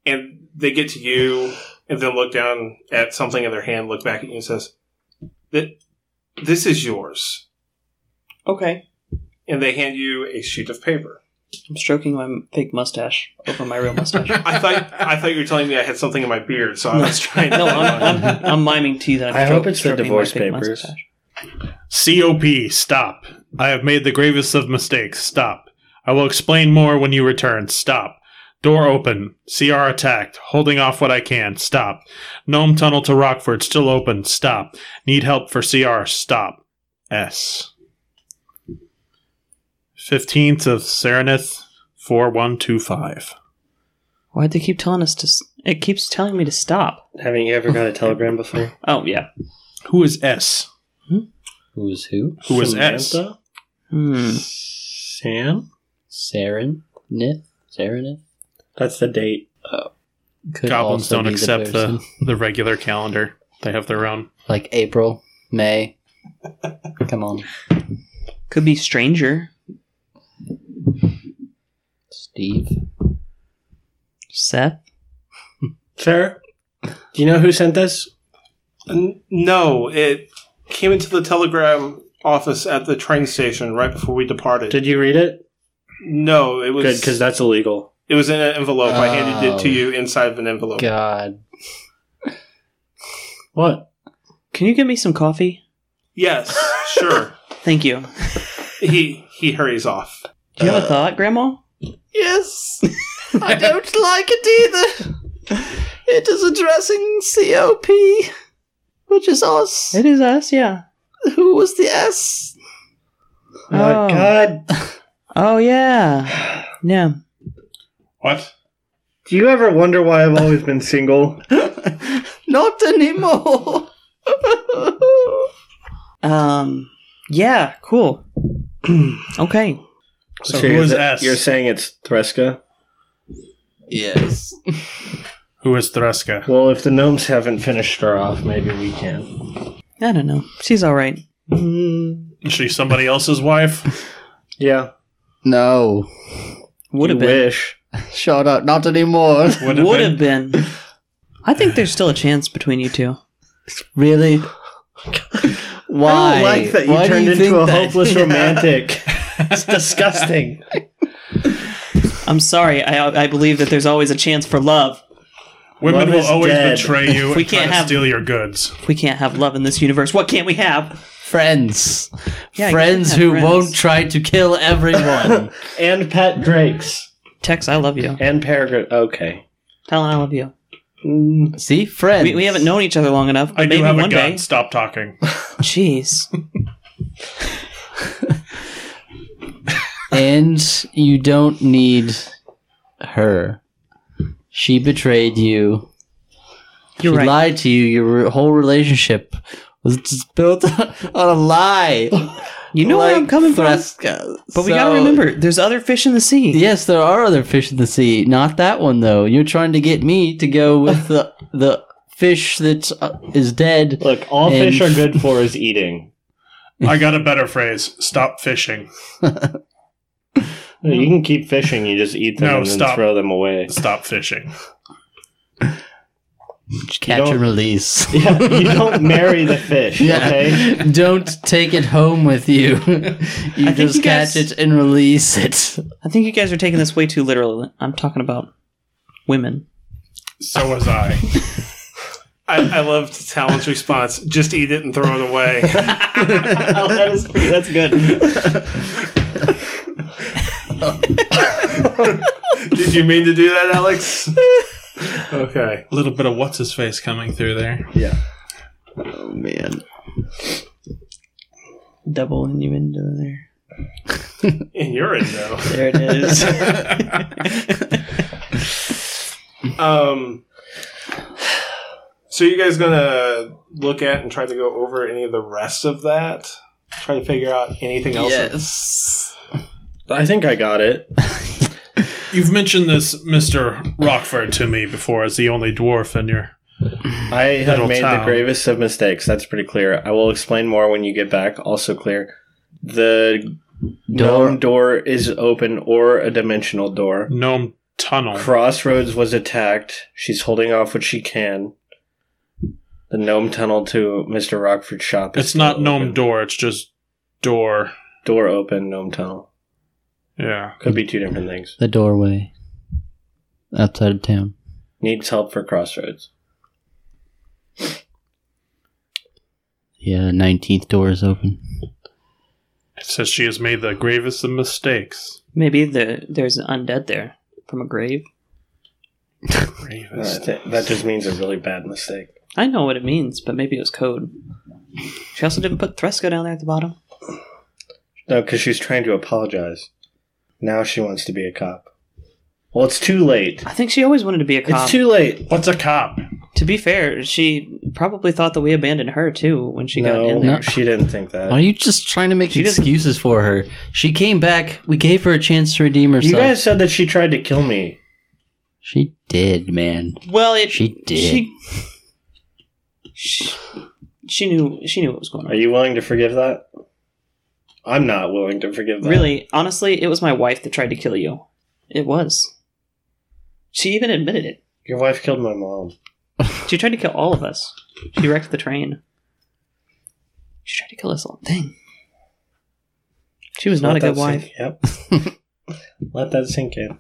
Speaker 10: And they get to you and then look down at something in their hand, look back at you and says, "Th- This is yours.
Speaker 6: Okay,
Speaker 10: And they hand you a sheet of paper.
Speaker 6: I'm stroking my fake mustache over my real mustache.
Speaker 10: I thought I thought you were telling me I had something in my beard, so I was trying to.
Speaker 6: no, I'm, I'm, I'm miming to you that I'm
Speaker 5: I
Speaker 6: stro-
Speaker 5: hope it's the
Speaker 6: stroking my
Speaker 5: divorce
Speaker 6: fake
Speaker 5: papers.
Speaker 6: mustache.
Speaker 4: COP, stop. I have made the gravest of mistakes. Stop. I will explain more when you return. Stop. Door open. CR attacked. Holding off what I can. Stop. Gnome tunnel to Rockford. Still open. Stop. Need help for CR. Stop. S. 15th of Serenith 4125.
Speaker 6: Why'd they keep telling us to? s- It keeps telling me to stop.
Speaker 5: Haven't you ever got a telegram before?
Speaker 6: Oh yeah.
Speaker 4: Who is S?
Speaker 7: Who is who?
Speaker 4: Who is S?
Speaker 5: Samantha?
Speaker 6: Hmm.
Speaker 5: Sam?
Speaker 7: Saren? Nith? Sarenith?
Speaker 5: That's the date.
Speaker 7: Could
Speaker 4: Goblins
Speaker 7: also
Speaker 4: don't
Speaker 7: be the
Speaker 4: accept the,
Speaker 7: person.
Speaker 4: the, regular calendar, they have their own.
Speaker 7: Like April, May. Come on.
Speaker 6: Could be stranger.
Speaker 7: Steve.
Speaker 6: Seth.
Speaker 5: Sarah? Do you know who sent this?
Speaker 10: N- No, it came into the telegram office at the train station right before we departed.
Speaker 5: Did you read it?
Speaker 10: no, it
Speaker 5: Good,
Speaker 10: was
Speaker 5: because that's illegal.
Speaker 10: it was in an envelope. I handed it to
Speaker 7: Oh.
Speaker 10: you inside of an envelope.
Speaker 7: God.
Speaker 5: What?
Speaker 6: Can you get me some coffee?
Speaker 10: Yes, sure.
Speaker 6: Thank you.
Speaker 10: He he hurries off.
Speaker 6: Do you have a thought, Grandma? Uh, Yes. I don't like it either. It is addressing COP, which is us. It is us, yeah. Who was the S?
Speaker 5: Oh,
Speaker 6: Oh.
Speaker 5: God.
Speaker 6: Oh, yeah. Yeah.
Speaker 4: What?
Speaker 5: Do you ever wonder why I've always been single?
Speaker 6: Not anymore. um, yeah, cool. okay.
Speaker 4: So who is
Speaker 5: you're,
Speaker 4: S?
Speaker 5: You're saying it's Threska?
Speaker 7: Yes.
Speaker 4: Who is Threska?
Speaker 5: Well, if the gnomes haven't finished her off, maybe we can.
Speaker 6: I don't know. She's all right.
Speaker 4: Is she somebody else's wife?
Speaker 5: Yeah.
Speaker 7: No.
Speaker 6: Would have
Speaker 5: you
Speaker 6: been.
Speaker 5: wish.
Speaker 7: Shut up. Not anymore.
Speaker 4: Would
Speaker 6: Would have been. I think there's still a chance between you two.
Speaker 7: Really? Why?
Speaker 5: I don't like that you
Speaker 7: Why do
Speaker 5: turned
Speaker 7: you
Speaker 5: into
Speaker 7: think
Speaker 5: a
Speaker 7: that?
Speaker 5: hopeless romantic. it's disgusting.
Speaker 6: I'm sorry. I, I believe that there's always a chance for love.
Speaker 4: Women
Speaker 5: Love
Speaker 4: will
Speaker 5: is
Speaker 4: always
Speaker 5: dead.
Speaker 4: betray you
Speaker 6: We
Speaker 4: and try
Speaker 6: can't
Speaker 4: to
Speaker 6: have-
Speaker 4: steal your goods.
Speaker 6: If we can't have love in this universe, what can't we have?
Speaker 7: Friends.
Speaker 6: Yeah, you
Speaker 7: friends
Speaker 6: can have
Speaker 7: who
Speaker 6: friends.
Speaker 7: won't try to kill everyone.
Speaker 5: And pet drakes.
Speaker 6: Tex, I love you.
Speaker 5: And peregrine. Okay.
Speaker 6: Helen, I love you.
Speaker 7: See? Friends.
Speaker 6: We, we haven't known each other long enough.
Speaker 4: I
Speaker 6: but
Speaker 4: do
Speaker 6: maybe
Speaker 4: have a
Speaker 6: one
Speaker 4: gun.
Speaker 6: day.
Speaker 4: Stop talking.
Speaker 6: Jeez.
Speaker 7: And you don't need her. She betrayed you.
Speaker 6: You're
Speaker 7: she
Speaker 6: right.
Speaker 7: lied to you. Your re- whole relationship was just built on a lie.
Speaker 6: You know where I'm coming from.
Speaker 7: from.
Speaker 6: But we gotta remember, there's other fish in the sea.
Speaker 7: Yes, there are other fish in the sea. Not that one though. You're trying to get me to go with the the fish that uh, is dead.
Speaker 5: Look, all
Speaker 7: And-
Speaker 5: fish are good for is eating.
Speaker 4: I got a better phrase. Stop fishing.
Speaker 5: You can keep fishing, you just eat them
Speaker 4: No,
Speaker 5: and then
Speaker 4: stop.
Speaker 5: throw them away.
Speaker 4: Stop fishing.
Speaker 7: Catch
Speaker 5: don't-
Speaker 7: and release.
Speaker 5: Yeah, you don't marry the fish, okay?
Speaker 7: Don't take it home with you. you
Speaker 6: think
Speaker 7: just
Speaker 6: you guys-
Speaker 7: catch it and release it.
Speaker 6: I think you guys are taking this way too literally. I'm talking about women.
Speaker 4: So was I.
Speaker 10: I, I loved Talon's response. Just eat it and throw it away.
Speaker 5: Oh,
Speaker 6: that is pretty, that's good.
Speaker 10: Did you mean to do that, Alex? Okay.
Speaker 4: A little bit of what's his face coming through there.
Speaker 6: Oh man. Double innuendo there.
Speaker 10: And you're in though.
Speaker 6: There it is.
Speaker 10: Um, so you guys gonna look at and try to go over any of the rest of that? Try to figure out anything else?
Speaker 6: yes.
Speaker 5: I think I got it.
Speaker 4: You've mentioned this Mr. Rockford to me before as the only dwarf in your.
Speaker 5: I have
Speaker 4: Little
Speaker 5: made the
Speaker 4: town.
Speaker 5: gravest of mistakes. That's pretty clear. I will explain more when you get back. Also clear. The
Speaker 7: Door.
Speaker 5: gnome door is open or a dimensional door.
Speaker 4: Gnome tunnel.
Speaker 5: Crossroads was attacked. She's holding off what she can. The gnome tunnel to Mr. Rockford's shop. is
Speaker 4: it's not
Speaker 5: still
Speaker 4: gnome
Speaker 5: open.
Speaker 4: door, it's just door.
Speaker 5: Door open, gnome tunnel.
Speaker 4: Yeah.
Speaker 5: Could be two different things.
Speaker 7: The doorway outside of town.
Speaker 5: Needs help for crossroads.
Speaker 7: Yeah, uh, nineteenth door is open.
Speaker 4: It says she has made the gravest of mistakes.
Speaker 6: Maybe the, there's an undead there from a grave.
Speaker 5: Uh,
Speaker 4: Gravest.
Speaker 5: th- that just means a really bad mistake.
Speaker 6: I know what it means, but maybe it was code. She also didn't put Thresco down there at the bottom.
Speaker 5: No, because she's trying to apologize. Now she wants to be a cop. Well, it's too late.
Speaker 6: I think she always wanted to be a cop.
Speaker 5: It's too late.
Speaker 4: What's a cop?
Speaker 6: to be fair, she probably thought that we abandoned her too when she got
Speaker 5: No,
Speaker 6: in there.
Speaker 7: No.
Speaker 5: she didn't think
Speaker 6: Oh,
Speaker 7: Why are
Speaker 5: that.
Speaker 7: you just trying to make
Speaker 6: She doesn't-
Speaker 7: excuses for her? She came back. We gave her a chance to redeem herself.
Speaker 5: You guys said that she tried to kill me.
Speaker 7: she did, man.
Speaker 6: Well, it
Speaker 7: She did.
Speaker 6: She, she, she knew she knew what was going
Speaker 5: Are
Speaker 6: on.
Speaker 5: you willing to forgive that? I'm not willing to forgive that.
Speaker 6: Really, honestly, it was my wife that tried to kill you. It was. She even admitted it.
Speaker 5: Your wife killed my mom.
Speaker 6: She tried to kill all of us. She wrecked the train. She tried to kill us all. Dang. She was not a
Speaker 5: Let
Speaker 6: good
Speaker 5: that
Speaker 6: wife.
Speaker 5: sink- Yep. Let that sink in.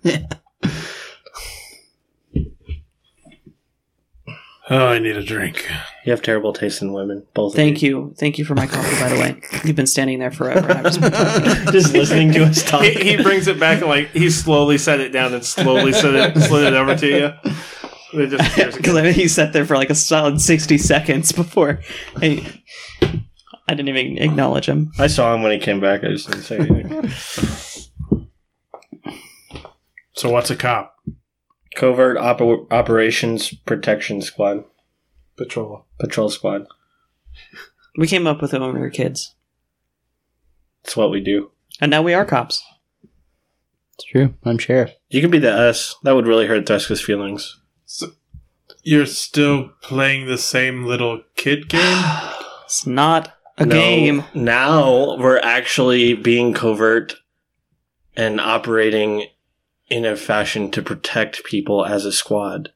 Speaker 4: Oh, I need a drink.
Speaker 5: You have terrible taste in women, both.
Speaker 6: Thank you. Thank you for my coffee, by the way. You've been standing there forever. and I've just been
Speaker 5: you. Just listening to us talk.
Speaker 10: He, he brings it back and like he slowly set it down and slowly set it, slid it over to you. It just appears
Speaker 6: Because
Speaker 10: again.
Speaker 6: I mean, he sat there for like a solid 60 seconds before I, I didn't even acknowledge him.
Speaker 5: I saw him when he came back. I just didn't say anything.
Speaker 4: So, what's a cop?
Speaker 5: Covert oper- operations protection squad,
Speaker 10: Patrol.
Speaker 5: patrol squad.
Speaker 6: We came up with it when we were kids.
Speaker 5: It's what we do.
Speaker 6: And now we are cops.
Speaker 7: It's true. I'm sheriff.
Speaker 5: You could be the S. That would really hurt Threska's feelings.
Speaker 4: You're still playing the same little kid game?
Speaker 6: It's not a
Speaker 5: No,
Speaker 6: game.
Speaker 5: Now we're actually being covert and operating in a fashion to protect people as a squad.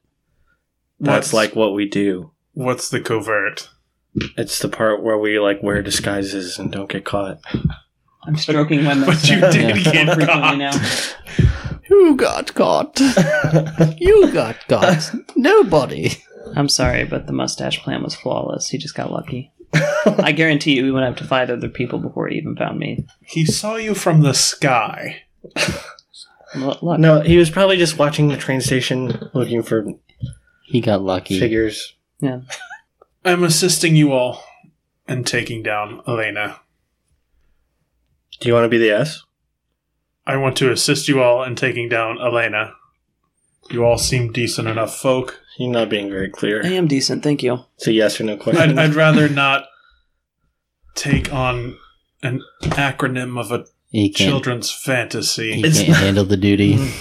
Speaker 4: What's-
Speaker 5: That's like what we do.
Speaker 4: What's the covert?
Speaker 5: It's the part where we like wear disguises and don't get caught.
Speaker 6: I'm stroking my
Speaker 4: But you did
Speaker 7: Yeah.
Speaker 4: get caught.
Speaker 7: Who got caught? you got caught. Nobody.
Speaker 6: I'm sorry, but the mustache plan was flawless. He just got lucky. I guarantee you, we went up to five other people before he even found me.
Speaker 4: He saw you from the sky.
Speaker 6: L- luck.
Speaker 5: No, he was probably just watching the train station looking for
Speaker 7: He got lucky.
Speaker 5: figures.
Speaker 4: I'm assisting you all in taking down Elena.
Speaker 5: Do you want to be the S?
Speaker 4: I want to assist you all in taking down Elena. You all seem decent enough folk.
Speaker 5: You're not being very
Speaker 6: I
Speaker 5: clear.
Speaker 6: am decent, thank you.
Speaker 5: It's a yes or no
Speaker 4: I'd,
Speaker 5: question.
Speaker 4: I'd rather not take on an acronym of a
Speaker 7: He can't.
Speaker 4: children's
Speaker 7: He
Speaker 4: fantasy.
Speaker 5: It's
Speaker 7: can't
Speaker 5: not-
Speaker 7: handle the duty.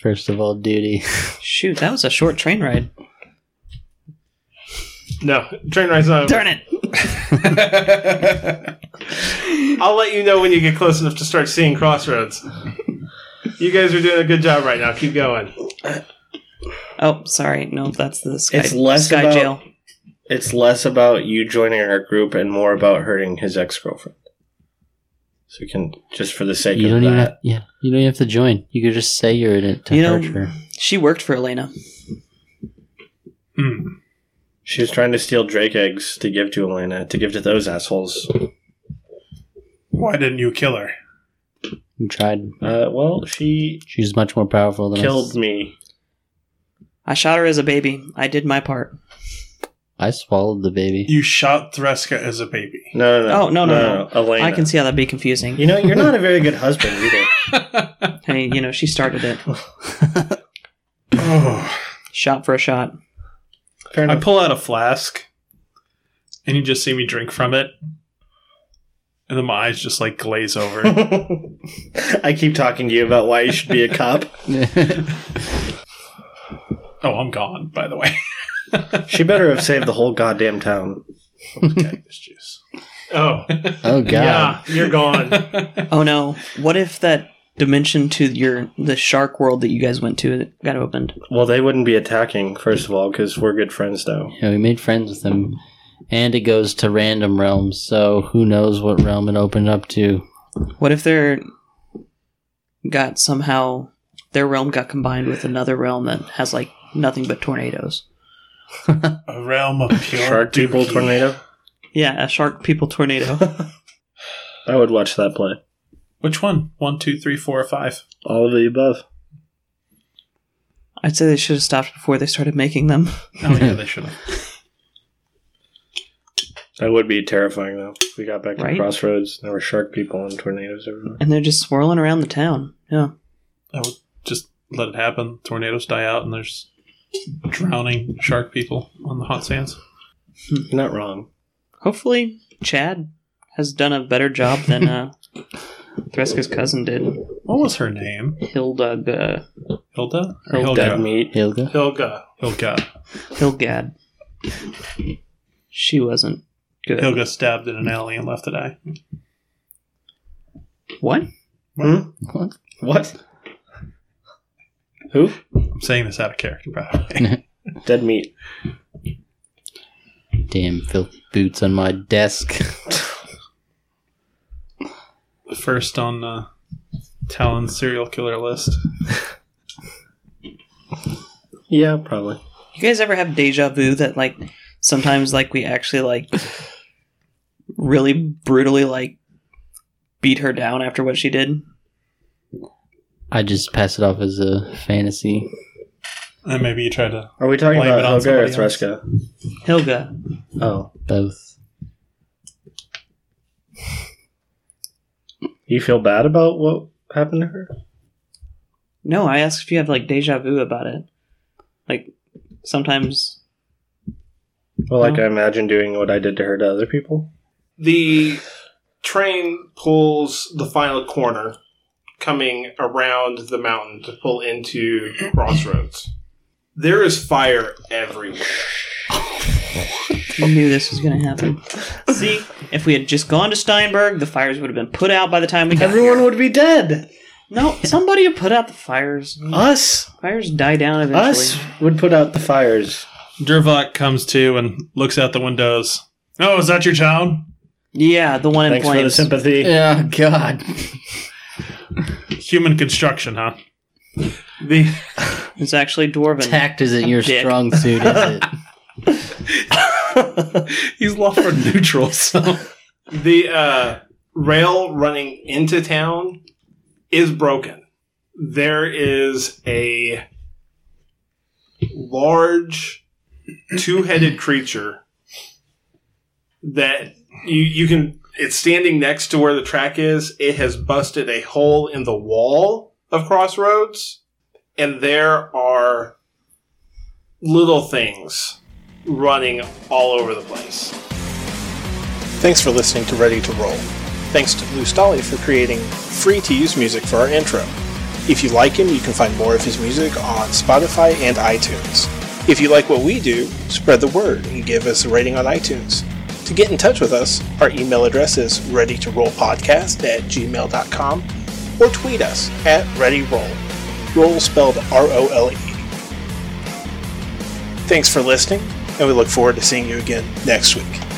Speaker 7: First of all, duty.
Speaker 6: Shoot, that was a short train ride.
Speaker 10: No, train ride's not. over.
Speaker 6: Darn it!
Speaker 10: I'll let you know when you get close enough to start seeing crossroads. You guys are doing a good job right now. Keep going.
Speaker 6: Oh, sorry. No, that's the Sky,
Speaker 5: It's less
Speaker 6: sky
Speaker 5: about-
Speaker 6: Jail.
Speaker 5: it's less about you joining our group and more about hurting his ex girlfriend. So we can just for the sake
Speaker 7: You
Speaker 5: of
Speaker 7: don't
Speaker 5: that.
Speaker 7: even. Have, yeah, you don't even have to join. You could just say you're in it to
Speaker 6: You know-
Speaker 7: hurt her.
Speaker 6: She worked for Elena.
Speaker 4: Hmm.
Speaker 5: She was trying to steal Drake eggs to give to Elena, to give to those assholes.
Speaker 4: Why didn't you kill her?
Speaker 7: You tried.
Speaker 5: Uh, well, she
Speaker 7: She's much more powerful than
Speaker 5: killed
Speaker 7: us.
Speaker 5: me.
Speaker 6: I shot her as a baby. I did my part.
Speaker 7: I swallowed the baby.
Speaker 4: You shot Threska as a baby.
Speaker 5: No, no, no.
Speaker 6: Oh, no, no,
Speaker 5: Elena.
Speaker 6: I can see how that'd be confusing.
Speaker 5: You know, you're not a very good husband either.
Speaker 6: I mean, you know, she started it.
Speaker 4: Oh.
Speaker 6: Shot for a shot.
Speaker 5: Fair
Speaker 4: I
Speaker 5: enough.
Speaker 4: pull out a flask, and you just see me drink from it, and then my eyes just like glaze over.
Speaker 5: I keep talking to you about why you should be a cop.
Speaker 4: oh, I'm gone. By the way,
Speaker 5: She better have saved the whole goddamn town.
Speaker 4: cactus juice.
Speaker 10: Oh,
Speaker 7: oh god.
Speaker 10: yeah, you're gone.
Speaker 6: Oh no! What if that dimension to your the shark world that you guys went to got opened?
Speaker 5: Well, they wouldn't be attacking, first of all, because we're good friends now.
Speaker 7: Yeah, we made friends with them. And it goes to random realms, so who knows what realm it opened up to.
Speaker 6: What if they're got somehow their realm got combined with another realm that has like nothing but tornadoes?
Speaker 4: A realm of pure
Speaker 5: Shark people
Speaker 4: dookie.
Speaker 5: tornado.
Speaker 6: Yeah, a shark people tornado.
Speaker 5: I would watch that play.
Speaker 4: Which one? One, two, three, four, or five?
Speaker 5: All of the above.
Speaker 6: I'd say they should have stopped before they started making them.
Speaker 4: Oh yeah, they should have.
Speaker 5: That would be terrifying though. If we got back to
Speaker 6: Right?
Speaker 5: crossroads, and there were shark people and tornadoes everywhere.
Speaker 6: And they're just swirling around the town. Yeah.
Speaker 4: I would just let it happen. Tornadoes die out, and there's drowning shark people on the hot sands.
Speaker 5: You're not wrong.
Speaker 6: Hopefully, Chad has done a better job than uh, Threska's cousin did.
Speaker 4: What was her name?
Speaker 6: Hildug, uh,
Speaker 4: Hilda? Or
Speaker 5: Dead meat.
Speaker 7: Hilda?
Speaker 10: Hilga.
Speaker 4: Hilga.
Speaker 6: Hilgad. She wasn't good.
Speaker 4: Hilga stabbed in an alley and left an eye.
Speaker 6: What?
Speaker 7: What?
Speaker 5: What? Who?
Speaker 4: I'm saying this out of character, by the way.
Speaker 5: Dead meat.
Speaker 7: Damn filthy boots on my desk.
Speaker 4: First on uh, Talon's serial killer list.
Speaker 5: Yeah, probably.
Speaker 6: You guys ever have deja vu that like sometimes like we actually like really brutally like beat her down after what she did?
Speaker 7: I just pass it off as a fantasy.
Speaker 4: And maybe you try to.
Speaker 5: Are we talking
Speaker 4: Blame it on
Speaker 5: about Helga or
Speaker 4: somebody else.
Speaker 5: Threska?
Speaker 6: Hilga.
Speaker 5: Oh,
Speaker 7: Both.
Speaker 5: you feel bad about what happened to her?
Speaker 6: No, I asked if you have like deja vu about it. Like sometimes
Speaker 5: Well, like
Speaker 6: No.
Speaker 5: I imagine doing what I did to her to other people.
Speaker 10: The train pulls the final corner, coming around the mountain to pull into crossroads. There is fire everywhere.
Speaker 6: I knew this was gonna happen. See, if we had just gone to Steinberg, the fires would have been put out by the time we got
Speaker 5: Everyone
Speaker 6: here.
Speaker 5: would be dead.
Speaker 6: No, somebody would put out the fires.
Speaker 5: Us,
Speaker 6: Fires die down eventually.
Speaker 5: us would put out the fires.
Speaker 4: Dervok comes to and looks out the windows. Oh, is that your town?
Speaker 6: Yeah, the one in
Speaker 5: Thanks for the
Speaker 6: flames.
Speaker 5: sympathy.
Speaker 7: Yeah, God.
Speaker 4: Human construction, huh?
Speaker 10: The
Speaker 6: it's actually dwarven.
Speaker 7: Tact isn't your
Speaker 6: Dick.
Speaker 7: strong suit, is it?
Speaker 4: He's Lawford neutral, so.
Speaker 10: the uh, rail running into town is broken. There is a large two-headed creature that you you can it's standing next to where the track is. It has busted a hole in the wall of Crossroads and there are little things running all over the place.
Speaker 11: Thanks for listening to Ready to Roll. Thanks to Lou Stolly for creating free to use music for our intro. If you like him, you can find more of his music on Spotify and iTunes. If you like what we do, spread the word and give us a rating on iTunes. To get in touch with us, our email address is readytorollpodcast at gmail.com or tweet us at readyroll. Roll spelled R O L E. Thanks for listening, and we look forward to seeing you again next week.